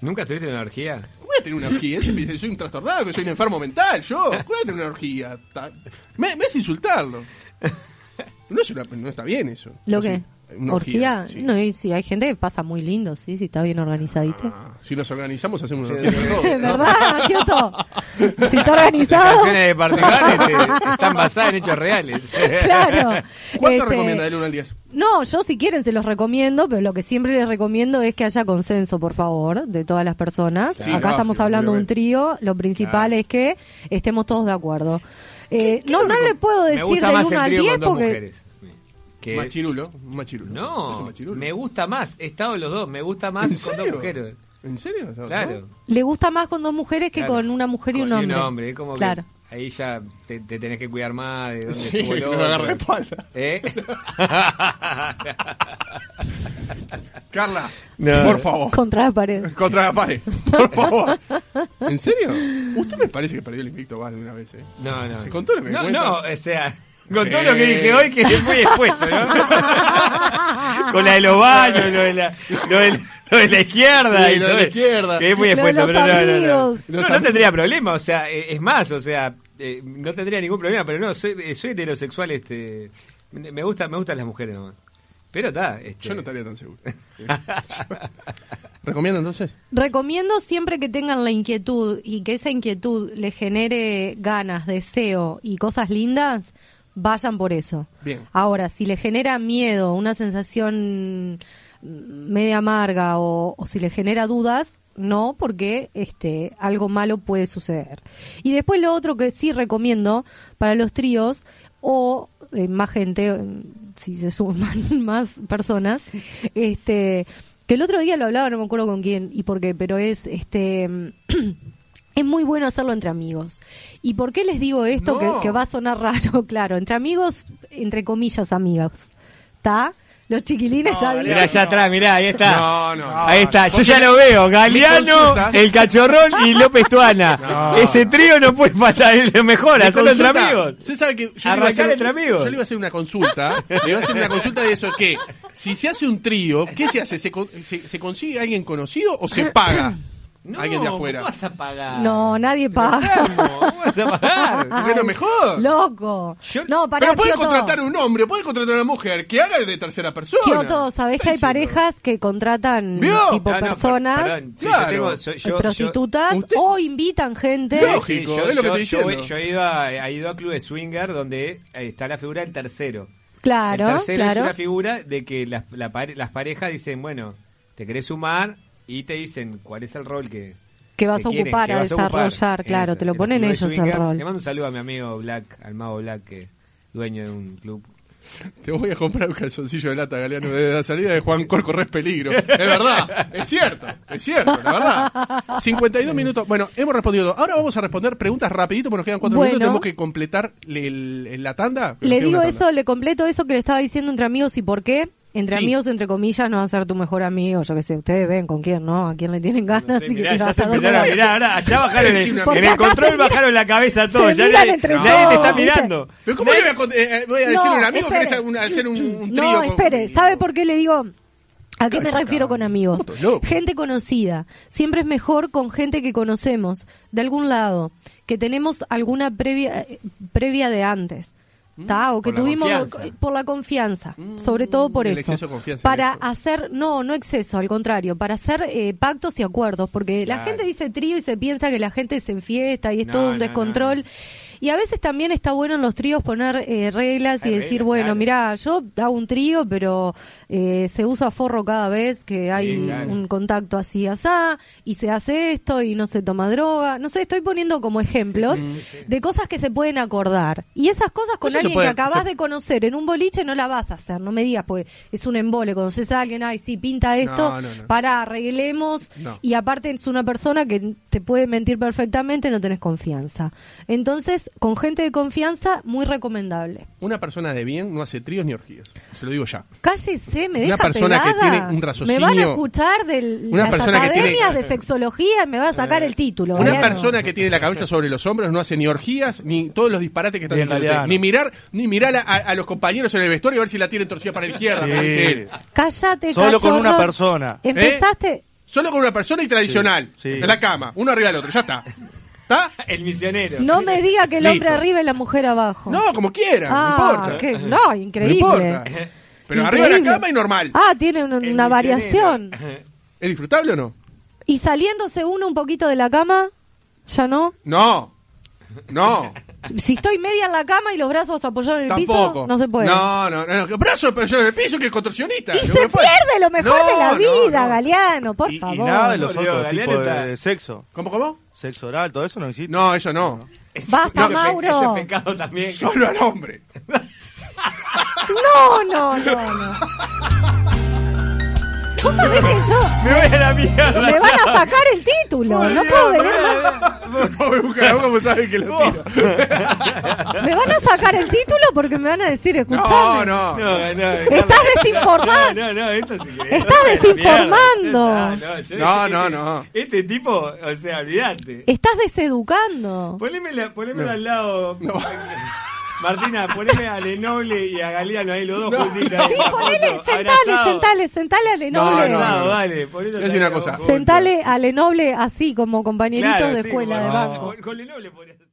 S6: ¿Nunca estuviste en una orgía?
S2: Voy a tener una orgía. Él piensa que Soy un trastornado, que soy un enfermo mental. Yo voy a tener una orgía. Ta- Me, me hace insultarlo. No, es una- no está bien eso.
S4: ¿Lo
S2: No
S4: que?
S2: sé, una
S4: ¿Orgía?
S2: sí.
S4: No, y si hay gente que pasa muy lindo, sí, si está bien organizadito.
S2: Ah, si nos organizamos hacemos una orgía con todo.
S4: *laughs* ¿De verdad, Kioto? Si está
S6: Las
S4: organizado,
S6: canciones de particulares eh, están basadas en hechos reales.
S4: *laughs* claro.
S2: ¿Cuánto
S4: Este,
S2: recomienda del 1 al 10?
S4: No, yo si quieren se los recomiendo, pero lo que siempre les recomiendo es que haya consenso, por favor, de todas las personas.
S2: Sí,
S4: Acá
S2: lógico,
S4: estamos hablando de un
S2: obviamente.
S4: trío, lo principal es que estemos todos de acuerdo. Eh, no, no le puedo
S6: me
S4: decir
S6: gusta
S4: del
S6: más
S4: 1
S6: el
S4: al
S6: trío
S4: 10
S6: con dos
S4: porque...
S6: mujeres. Que-
S2: Machirulo, un machirulo. Es un
S6: No,
S2: machirulo.
S6: me gusta más. He estado los dos, me gusta más
S2: ¿En
S6: con dos
S2: serio?
S6: mujeres.
S2: ¿En serio? No,
S6: Claro.
S2: ¿no?
S4: Le gusta más con dos mujeres que
S6: Claro.
S4: con una mujer y un
S6: Con-
S4: hombre.
S6: es como
S4: claro.
S6: que ahí ya te, te tenés que cuidar más de dónde
S2: Sí,
S6: estuvo el
S2: no
S6: otro.
S2: agarra espalda.
S6: ¿Eh?
S2: Carla,
S3: No.
S2: por favor.
S4: Contra la pared.
S2: Contra la pared, por favor. *laughs* ¿En serio? Usted me parece que perdió el invicto más de una vez, ¿eh?
S6: No, no.
S2: Con todo lo que
S6: No,
S2: cuenta.
S6: no, o sea, con todo lo que dije hoy que
S3: muy expuesto,
S2: *laughs*
S3: ¿no? Con la de los baños, lo de la, lo de, lo de la izquierda.
S2: Sí,
S3: y
S2: lo de
S3: todo
S2: la
S3: eso.
S2: izquierda.
S3: Que es muy
S4: Lo de
S3: expuesto,
S4: los
S3: pero no, no, no.
S4: amigos.
S3: no.
S6: No, no tendría problema, o sea, eh, es más, o sea, eh, no tendría ningún problema, pero no, soy, eh, soy heterosexual, este, me me gusta, me gustan las mujeres nomás. Pero está, este,
S2: Yo no estaría tan seguro. *laughs* ¿Recomienda entonces?
S4: Recomiendo siempre que tengan la inquietud y que esa inquietud les genere ganas, deseo y cosas lindas, vayan por eso.
S2: Bien.
S4: Ahora, si les genera miedo, una sensación mm, media amarga o, o si les genera dudas, no, porque este, algo malo puede suceder. Y después lo otro que sí recomiendo para los tríos o eh, más gente, mm, si se suman *laughs* más personas, este, que el otro día lo hablaba, no me acuerdo con quién y por qué, pero es este... *clears throat* Es muy bueno hacerlo entre amigos. ¿Y por qué les digo esto
S2: No.
S4: que, que va a sonar *laughs* raro? Claro, entre amigos, entre comillas, amigos. ¿Está? Los chiquilines ya
S3: Mirá
S4: vieron.
S3: allá atrás, mirá, ahí está.
S2: No, no.
S3: Ahí está, yo ya lo veo. Galeano,
S2: consultas-
S3: el cachorrón y López
S5: *laughs*
S3: Tuana.
S2: No.
S3: Ese trío no puede faltar, es lo mejor,
S2: Mi
S3: hacerlo entre
S2: consulta,
S3: amigos.
S2: Usted sabe que yo le, iba a
S3: Arrancar
S2: hacer,
S3: entre amigos.
S2: yo le iba a hacer una consulta. le iba a hacer una consulta de eso que si se hace un trío, ¿qué se hace? ¿Se, con- se, se consigue alguien conocido o se paga?
S6: no,
S2: alguien de afuera.
S6: ¿cómo vas a pagar?
S4: No, nadie paga.
S6: ¿Cómo vas a
S2: *laughs*
S6: pagar?
S2: Porque es lo mejor.
S4: *laughs* Loco.
S6: Yo-
S4: no, para
S2: Pero puede contratar un hombre, puede contratar una mujer que haga de tercera persona.
S4: Kioto, ¿sabés que hay parejas que contratan
S2: ¿Vio?
S4: tipo
S3: No, no, per-
S4: personas,
S3: perdón, sí,
S2: Claro.
S3: soy-
S4: eh, prostitutas
S2: usted-
S4: o invitan gente?
S2: Yo- Lógico, es lo que estoy
S3: yo voy-
S2: diciendo.
S3: yo
S6: Yo he ido a, he ido a clubes swinger donde eh, está la figura del tercero.
S4: Claro,
S6: El tercero
S4: claro.
S6: es una figura de que las, la pare- las parejas dicen, bueno, te querés sumar y te dicen cuál es el rol que...
S4: Que vas a
S6: quieres,
S4: ocupar,
S6: que
S4: a
S6: vas ocupar.
S4: desarrollar, claro,
S6: Eso,
S4: te lo
S6: en
S4: ponen
S6: los
S4: ellos
S6: clubes
S4: el
S6: swinger.
S4: rol.
S6: Le mando un saludo a mi amigo Black, al mago Black, que es dueño de un club.
S2: Te voy a comprar un calzoncillo de lata, Galeano. Desde la salida de Juan Cor corres peligro. Es verdad, es cierto, es cierto, la verdad. 52 minutos. Bueno, hemos respondido. todo. Ahora vamos a responder preguntas rapidito porque nos quedan cuatro
S4: Bueno.
S2: minutos. Tenemos que completar el- el- la tanda. Nos
S4: Le
S2: queda
S4: digo
S2: una tanda.
S4: eso, le completo eso que le estaba diciendo entre amigos y por qué. Entre
S2: Sí.
S4: amigos, entre comillas, no va a ser tu mejor amigo. Yo qué sé, ustedes ven con quién, ¿no? A quién le tienen ganas.
S3: No sé,
S4: y
S3: mirá,
S4: que
S3: ya
S4: vas
S3: se
S4: a dormir.
S3: empezaron a mirar, ahora, allá bajaron
S2: Sí,
S3: el,
S2: una-
S3: en
S4: Porque
S3: el
S4: acá
S3: control
S4: se mira-
S3: bajaron la cabeza a todos,
S4: se
S3: ya
S4: miran
S3: nadie,
S4: entre
S3: nadie te
S4: todos,
S3: está
S4: ¿viste?
S3: mirando.
S2: Pero ¿cómo le voy a, con- eh, eh, voy a
S4: No,
S2: decirle a un amigo que
S4: espere.
S2: es un- hacer un, un trío?
S4: No,
S2: con-
S4: espere, ¿sabe por qué le digo? ¿A qué me
S2: Cabeza
S4: refiero
S2: cabrón.
S4: con amigos?
S2: Puto loco.
S4: Gente conocida. Siempre es mejor con gente que conocemos, de algún lado, que tenemos alguna previa, eh, previa de antes.
S2: Mm.
S4: ¿Tá? O que
S6: por la
S4: tuvimos eh,
S6: confianza.
S4: por la confianza, sobre todo por
S2: el
S4: eso.
S2: exceso de confianza en
S4: para
S2: esto.
S4: hacer, no, no exceso, al contrario, para hacer eh, pactos y acuerdos, porque la
S6: Claro.
S4: gente dice trío y se piensa que la gente se enfiesta y es
S6: No,
S4: todo un
S6: no, no,
S4: descontrol.
S6: no.
S4: Y a veces también está bueno en los tríos poner eh, reglas y
S6: Hay
S4: decir,
S6: reglas,
S4: bueno,
S6: claro.
S4: mira, yo hago un trío, pero eh, se usa forro cada vez que hay
S6: Sí, claro.
S4: un contacto así, asá, y se hace esto y no se toma droga. No sé, estoy poniendo como ejemplos de cosas que se pueden acordar. Y esas cosas con
S2: Eso se
S4: alguien
S2: puede-
S4: que acabas
S2: se-
S4: de conocer en un boliche no la vas a hacer, no me digas, pues es un embole, conoces a alguien, ay, sí, pinta
S2: no,
S4: esto,
S2: no.
S4: para, arreglemos,
S2: No.
S4: y aparte es una persona que te puede mentir perfectamente, no tenés confianza. Entonces, con gente de confianza, muy recomendable.
S2: Una persona de bien no hace tríos ni orgías. Se lo digo ya.
S4: Cállese,
S2: Una
S4: me deja
S2: persona que
S4: pegada.
S2: tiene un raciocinio-
S4: Me van a escuchar de
S2: Una
S4: las
S2: persona que
S4: academias
S2: tiene-
S4: de sexología y me va a sacar el título.
S2: Una
S4: Mariano.
S2: persona que tiene la cabeza sobre los hombros no hace ni orgías, ni todos los disparates que están
S5: Ni
S2: diciendo
S5: en realidad,
S2: ustedes. Ni
S5: no.
S2: mirar, ni mirar a, a- a los compañeros en el vestuario a ver si la tienen torcida para la izquierda.
S5: Sí.
S2: para decir.
S4: Cállate,
S5: Solo con
S4: cachorro.
S5: una persona. ¿eh?
S4: Empezaste...
S2: Solo con una persona y tradicional.
S5: Sí, sí.
S2: En la cama, uno arriba del otro, ya está. ¿Está?
S6: El misionero.
S4: No me diga que el hombre
S2: Listo.
S4: arriba y la mujer abajo.
S2: No, como quiera,
S4: Ah,
S2: no importa.
S4: qué- no, increíble.
S2: No importa. Pero arriba de la
S4: Increíble.
S2: cama y normal.
S4: Ah, tiene un-
S6: El
S4: una
S6: misionero.
S2: *laughs*
S4: variación.
S6: *laughs*
S2: ¿Es disfrutable o no?
S4: Y saliéndose uno un poquito de la cama, ya no.
S2: No. No.
S4: Si estoy media en la cama y los brazos apoyados en el
S2: Tampoco.
S4: piso, no se puede.
S2: No, no, no. no. Brazo pero en el piso que es contorsionista.
S4: Y
S2: No
S4: se
S2: me puede.
S4: pierde lo mejor
S2: No,
S4: de la
S2: no,
S4: vida,
S2: no.
S4: Galeano, por
S5: Y, y
S4: favor.
S5: nada de los
S6: Dios,
S5: otros
S6: Galeano
S5: tipos
S6: está-
S5: de, de sexo.
S2: ¿Cómo, cómo?
S5: Sexo oral, todo eso no existe.
S2: No, eso no.
S4: Basta,
S6: Ese pe-
S4: Mauro.
S6: Ese pecado también.
S2: Solo al hombre. *laughs*
S4: No, no, no, no. Vos sabés que yo
S3: Me voy a la mierda.
S4: me van a sacar el título. No puedo venir más.
S2: Pobre Bucaramanga, como sabe que lo tiro.
S4: Me van a sacar el título porque me van a decir,
S2: No,
S4: escuchame.
S2: no.
S3: No, no,
S4: Estás desinformando.
S3: No, no, no, esto sí que-
S4: Estás
S3: esto es una mierda,
S4: desinformando.
S3: ya está,
S2: No, no,
S3: yo-
S2: no.
S3: Este tipo, o sea, olvídate.
S4: Estás deseducando.
S3: Ponémela, ponémela al lado. Martina, poneme a Lenoble y a Galeano ahí los dos juntitos. ahí
S4: Sí,
S3: en la
S4: ponele,
S3: foto,
S4: sentale,
S3: abrazados.
S4: sentale, sentale a Lenoble.
S2: No, no,
S3: Abrazado,
S2: no.
S3: dale, ponelo
S2: Voy a decir
S3: también
S2: una
S3: a
S2: cosa.
S3: vos juntos.
S4: Sentale a Lenoble así, como compañeritos
S3: Claro,
S4: de
S3: sí,
S4: escuela,
S3: como-
S4: de banco.
S3: Con, con Lenoble podría ser.